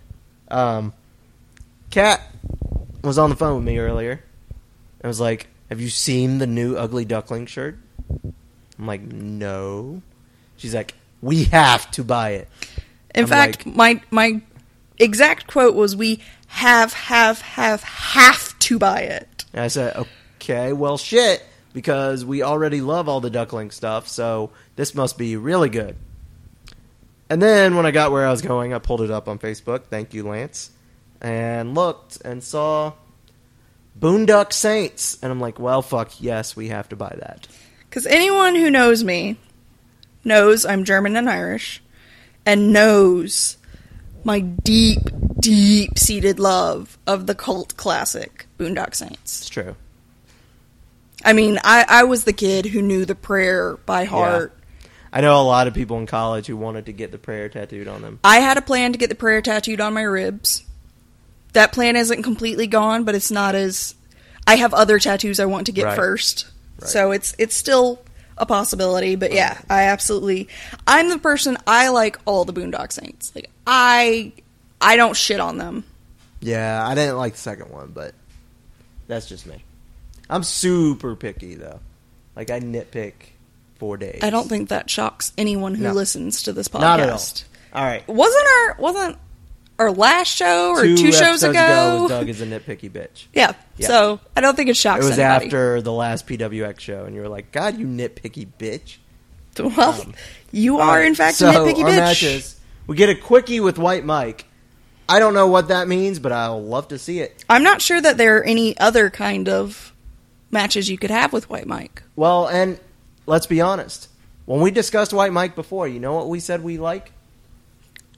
C: um, Kat was on the phone with me earlier and was like, Have you seen the new Ugly Duckling shirt? I'm like, No. She's like, We have to buy it.
E: In
C: I'm
E: fact,
C: like-
E: my my exact quote was we have have have have to buy it.
C: And I said, okay, well, shit, because we already love all the duckling stuff, so this must be really good. And then when I got where I was going, I pulled it up on Facebook. Thank you, Lance. And looked and saw Boonduck Saints. And I'm like, well, fuck, yes, we have to buy that.
E: Cuz anyone who knows me knows I'm German and Irish and knows my deep deep seated love of the cult classic Boondock Saints.
C: It's true.
E: I mean, I I was the kid who knew the prayer by heart.
C: I know a lot of people in college who wanted to get the prayer tattooed on them.
E: I had a plan to get the prayer tattooed on my ribs. That plan isn't completely gone, but it's not as I have other tattoos I want to get
C: Right.
E: first. So it's it's still a possibility, but yeah, I absolutely I'm the person I like all the Boondock Saints. Like I I don't shit on them.
C: Yeah, I didn't like the second one, but that's just me. I'm super picky though. Like I nitpick four days.
E: I don't think that shocks anyone who
C: No.
E: listens to this podcast.
C: not at all. All right,
E: Wasn't our wasn't our last show or two,
C: episodes
E: shows ago?
C: was Doug is a nitpicky bitch.
E: yeah.
C: Yeah.
E: So I don't think it
C: It
E: shocks
C: was
E: anybody.
C: after the last PWX show, and you were like, "God, you nitpicky bitch."
E: Well, you are in fact
C: Um, so
E: a nitpicky
C: our
E: bitch.
C: matches, we get a quickie with White Mike. I don't know what that means, but I'll love to see it.
E: I'm not sure that there are any other kind of matches you could have with White Mike.
C: Well, and let's be honest. When we discussed White Mike before, you know what we said we like?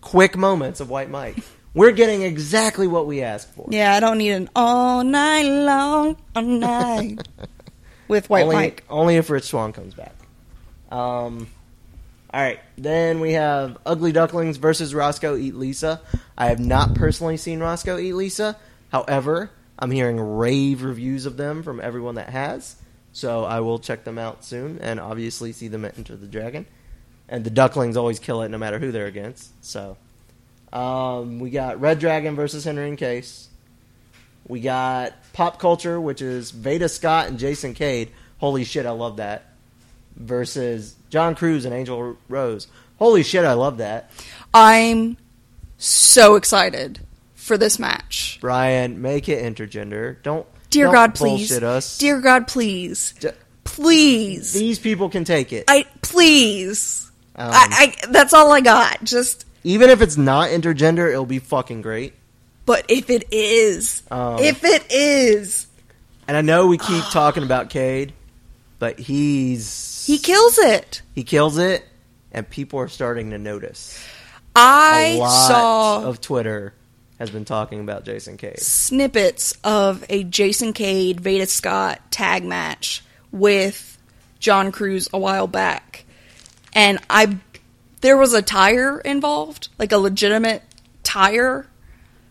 C: Quick moments of White Mike. We're getting exactly what we asked for.
E: Yeah, I don't need an all night long all night with White
C: only,
E: Mike.
C: only if Rich Swan comes back. Um, all right. Then we have Ugly Ducklings versus Roscoe Eat Lisa. I have not personally seen Roscoe Eat Lisa. However, I'm hearing rave reviews of them from everyone that has. So I will check them out soon and obviously see them at Enter the Dragon. And the Ducklings always kill it no matter who they're against. So um, we got Red Dragon versus Henry and Case. We got Pop Culture, which is Veda Scott and Jason Cade. Holy shit, I love that. Versus John Cruz and Angel Rose. Holy shit, I love that.
E: I'm so excited for this match.
C: Brian, make it intergender. Don't
E: Dear
C: don't
E: God, please.
C: bullshit us.
E: Dear God, please.
C: D-
E: Please.
C: These people can take it.
E: I please.
C: Um,
E: I, I that's all I got. Just
C: Even if it's not intergender, it'll be fucking great.
E: but if it is,
C: Um,
E: if it is,
C: And I know we keep talking about Cade, but he's
E: he kills it.
C: he kills it, and people are starting to notice.
E: I
C: a lot
E: saw
C: of Twitter has been talking about Jason Cade.
E: snippets of a Jason Cade, Veda Scott tag match with John Cruz a while back. And I there was a tire involved, like a legitimate tire.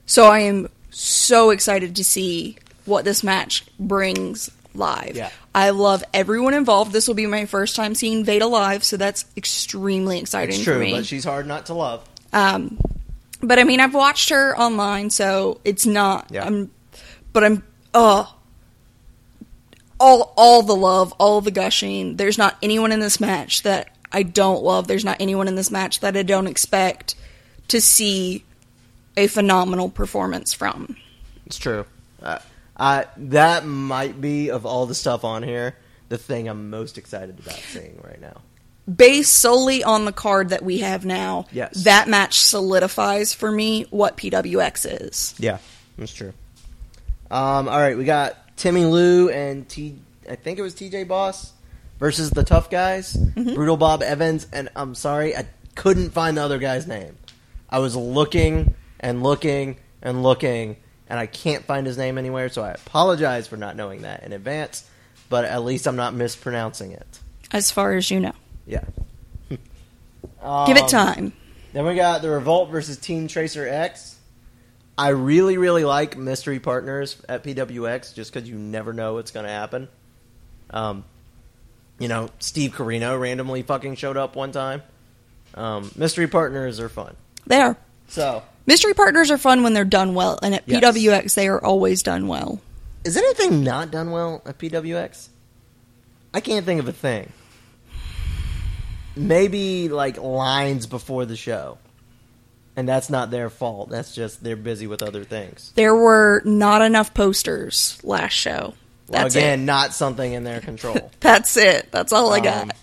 E: So I am so excited to see what this match brings live.
C: Yeah.
E: I love everyone involved. This will be my first time seeing Veda live, so that's extremely exciting
C: It's
E: for
C: true,
E: me.
C: but she's hard not to love.
E: But I mean, I've watched her online, so it's not.
C: Yeah.
E: I'm, but I'm. Uh, all all the love, all the gushing. There's not anyone in this match that I don't love. There's not anyone in this match that I don't expect to see a phenomenal performance from.
C: It's true. Uh, I that might be of all the stuff on here the thing I'm most excited about seeing right now.
E: based solely on the card that we have now,
C: Yes.
E: that match solidifies for me what PWX is.
C: Yeah, that's true. Um, all right, we got Timmy Lou and T. I think it was TJ Boss versus the Tough Guys, Brutal Bob Evans, and I'm sorry, I couldn't find the other guy's name. I was looking and looking and looking, and I can't find his name anywhere. So I apologize for not knowing that in advance, but at least I'm not mispronouncing it.
E: As far as you know,
C: Yeah.
E: give
C: Um,
E: it time.
C: Then we got the Revolt versus Team Tracer X. I really, really like mystery partners at PWX just because you never know what's going to happen. Um, you know, Steve Carino randomly fucking showed up one time. Um, mystery partners are fun.
E: There,
C: So,
E: mystery partners are fun when they're done well, and at
C: Yes.
E: PWX they are always done well.
C: is anything not done well at PWX? I can't think of a thing. Maybe like lines before the show. And that's not their fault. That's just they're busy with other things.
E: There were not enough posters last show. That's
C: Again,
E: it.
C: not something in their control.
E: That's it. That's all I
C: Um,
E: got.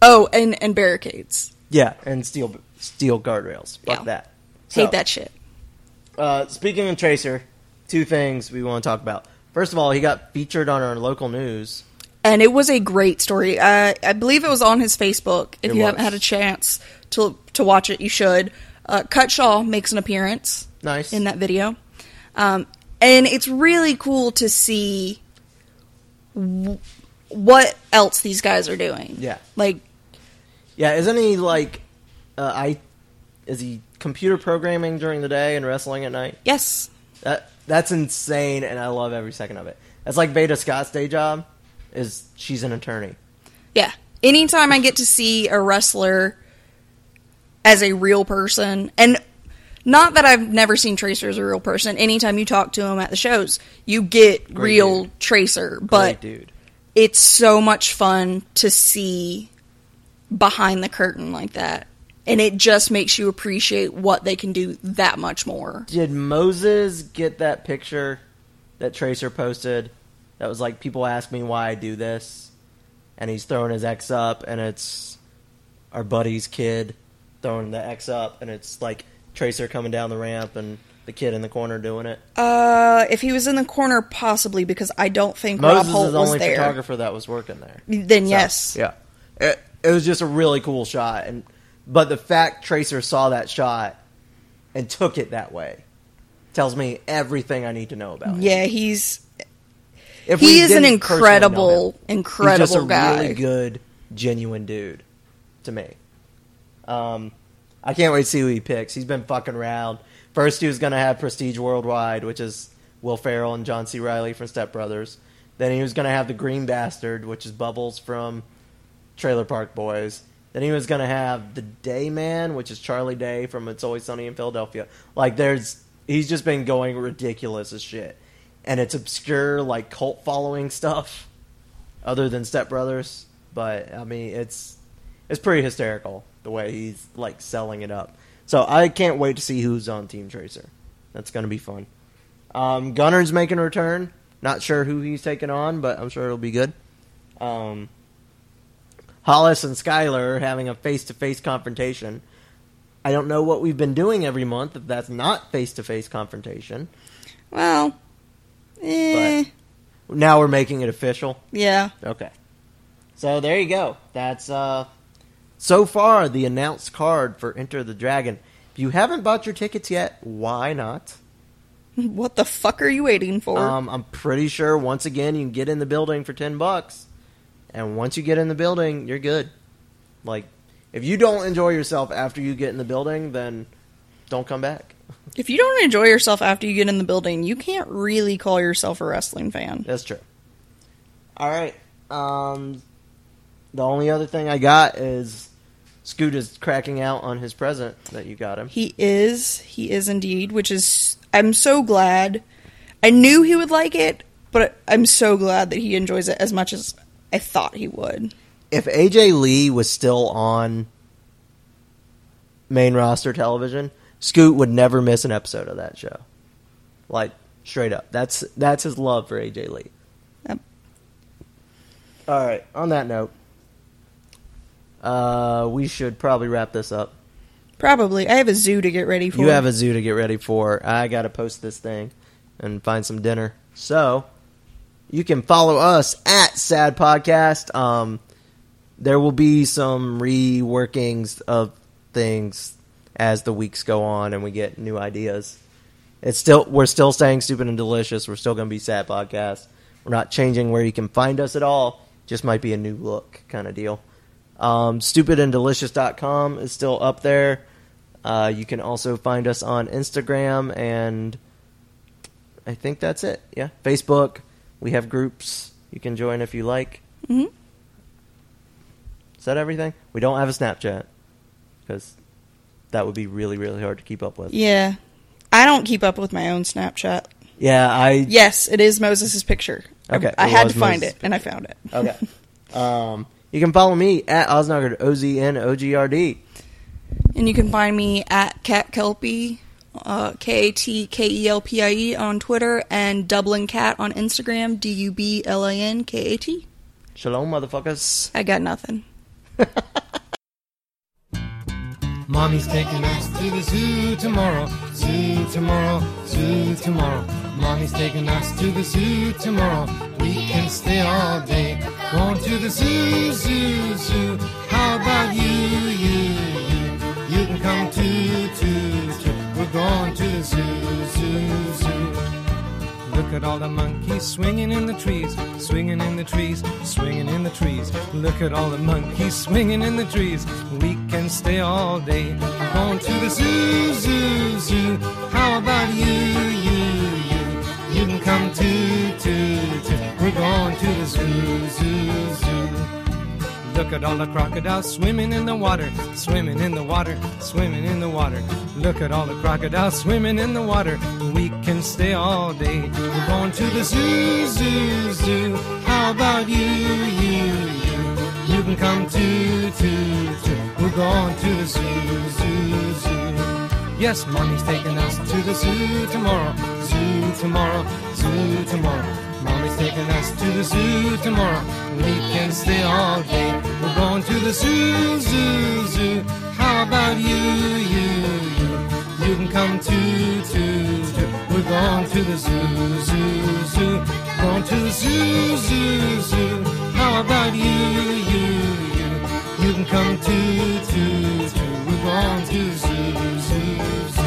E: Oh, and and barricades.
C: yeah, and steel steel guardrails. Fuck
E: Yeah.
C: that. So,
E: Hate that shit.
C: Uh, speaking of Tracer, two things we want to talk about. First of all, he got featured on our local news.
E: and it was a great story. Uh, I believe it was on his Facebook. If
C: It
E: you haven't
C: was.
E: had a chance to to watch it, you should. Uh, Cutshaw makes an appearance
C: Nice.
E: in that video, um, and it's really cool to see w- what else these guys are doing.
C: Yeah.
E: like
C: yeah, isn't he like uh, I? Is he computer programming during the day and wrestling at night?
E: yes,
C: That that's insane, and I love every second of it. That's like Beta Scott's day job. Is she's an attorney?
E: Yeah. Anytime I get to see a wrestler as a real person, and not that I've never seen Tracer as a real person, anytime you talk to him at the shows, you get real
C: dude.
E: Tracer.
C: Great
E: But
C: dude.
E: it's so much fun to see behind the curtain like that. And it just makes you appreciate what they can do that much more.
C: Did Moses get that picture that Tracer posted? That was like people ask me why I do this, and he's throwing his X up, and it's our buddy's kid throwing the X up, and it's like Tracer coming down the ramp and the kid in the corner doing it.
E: Uh, if he was in the corner, possibly because I don't think Rob
C: Moses
E: Holt
C: is the only
E: was there.
C: photographer that was working there.
E: Then
C: So,
E: yes,
C: yeah, it, it was just a really cool shot, and but the fact Tracer saw that shot and took it that way tells me everything I need to know about. him.
E: yeah, he's
C: If we
E: he is an
C: didn't personally know
E: incredible,
C: him,
E: incredible
C: he's just a
E: guy.
C: Really good, genuine dude to me. Um, I can't wait to see who he picks. He's been fucking around. First, he was going to have Prestige Worldwide, which is Will Ferrell and John C. Riley from Step Brothers. Then he was going to have the Green Bastard, which is Bubbles from Trailer Park Boys. Then he was going to have the Day Man, which is Charlie Day from It's Always Sunny in Philadelphia. Like, there's he's just been going ridiculous as shit, and it's obscure like cult following stuff, other than Step Brothers. But I mean, it's it's pretty hysterical the way he's like selling it up. So I can't wait to see who's on Team Tracer. That's going to be fun. Um, Gunner's making a return. Not sure who he's taking on, but I'm sure it'll be good. Um, Hollis and Skyler are having a face to face confrontation. I don't know what we've been doing every month if that's not face to face confrontation.
E: Well, eh,
C: Now we're making it official.
E: yeah.
C: Okay. So there you go. That's uh so far the announced card for Enter the Dragon. If you haven't bought your tickets yet, why not?
E: What the fuck are you waiting for?
C: Um, I'm pretty sure once again you can get in the building for ten bucks, and once you get in the building, you're good. Like, if you don't enjoy yourself after you get in the building, then don't come back.
E: if you don't enjoy yourself after you get in the building, you can't really call yourself a wrestling fan.
C: That's true. All right. Um, the only other thing I got is Scoot is cracking out on his present that you got him.
E: He is. He is indeed, which is I'm so glad. I knew he would like it, but I'm so glad that he enjoys it as much as I thought he would.
C: If AJ Lee was still on main roster television, Scoot would never miss an episode of that show. Like straight up. That's that's his love for AJ Lee.
E: Yep.
C: All right, on that note, uh, we should probably wrap this up.
E: Probably. I have a zoo to get ready for.
C: You have a zoo to get ready for. I got to post this thing and find some dinner. So you can follow us at Sad Podcast. Um, there will be some reworkings of things as the weeks go on and we get new ideas. It's still we're still staying stupid and delicious. We're still going to be Sad Podcast. We're not changing where you can find us at all. Just might be a new look kind of deal. Um, stupidanddelicious.com is still up there. Uh, you can also find us on Instagram, and I think that's it. Yeah, Facebook. We have groups you can join if you like.
E: Mhm.
C: Is that everything? We don't have a Snapchat because that would be really, really hard to keep up with.
E: Yeah. I don't keep up with my own Snapchat.
C: Yeah, I.
E: Yes, it is Moses' picture. I-
C: Okay,
E: I,
C: it
E: had
C: was Oh.
E: to find
C: Moses'
E: it, and I found it.
C: Okay. um, you can follow me at Oznogard, O Z N O G R D.
E: And you can find me at Cat Kelpie, uh, K A T K E L P I E on Twitter, and Dublin Cat on Instagram, D U B L I N K A T.
C: Shalom, motherfuckers.
E: I got nothing.
F: Mommy's taking us to the zoo tomorrow, zoo tomorrow, zoo tomorrow. Mommy's taking us to the zoo tomorrow. We can stay all day. Going to the zoo, zoo, zoo. How about you, you, you? You can come too, too, too. We're going to the zoo, zoo, zoo. Look at all the monkeys swinging in the trees, swinging in the trees, swinging in the trees. Look at all the monkeys swinging in the trees. We can stay all day. Going to the zoo, zoo, zoo. How about you, you, you? You can come too, too, too. We're going to the zoo, zoo, zoo. Look at all the crocodiles swimming in the water, swimming in the water, swimming in the water. Look at all the crocodiles swimming in the water. We can stay all day. We're going to the zoo, zoo, zoo. How about you, you, you? You can come too, too, too. We're going to the zoo, zoo, zoo. Yes, mommy's taking us to the zoo tomorrow. Zoo tomorrow, zoo tomorrow. Mommy's taking us to the zoo tomorrow. We can stay all day. We're going to the zoo, zoo, zoo. How about you, you, you? You can come too, too, too. We're going to the zoo, zoo, zoo. Going to the zoo, zoo, zoo. How about you, you, you? You can come too, too, too. We're going to the zoo, zoo, zoo.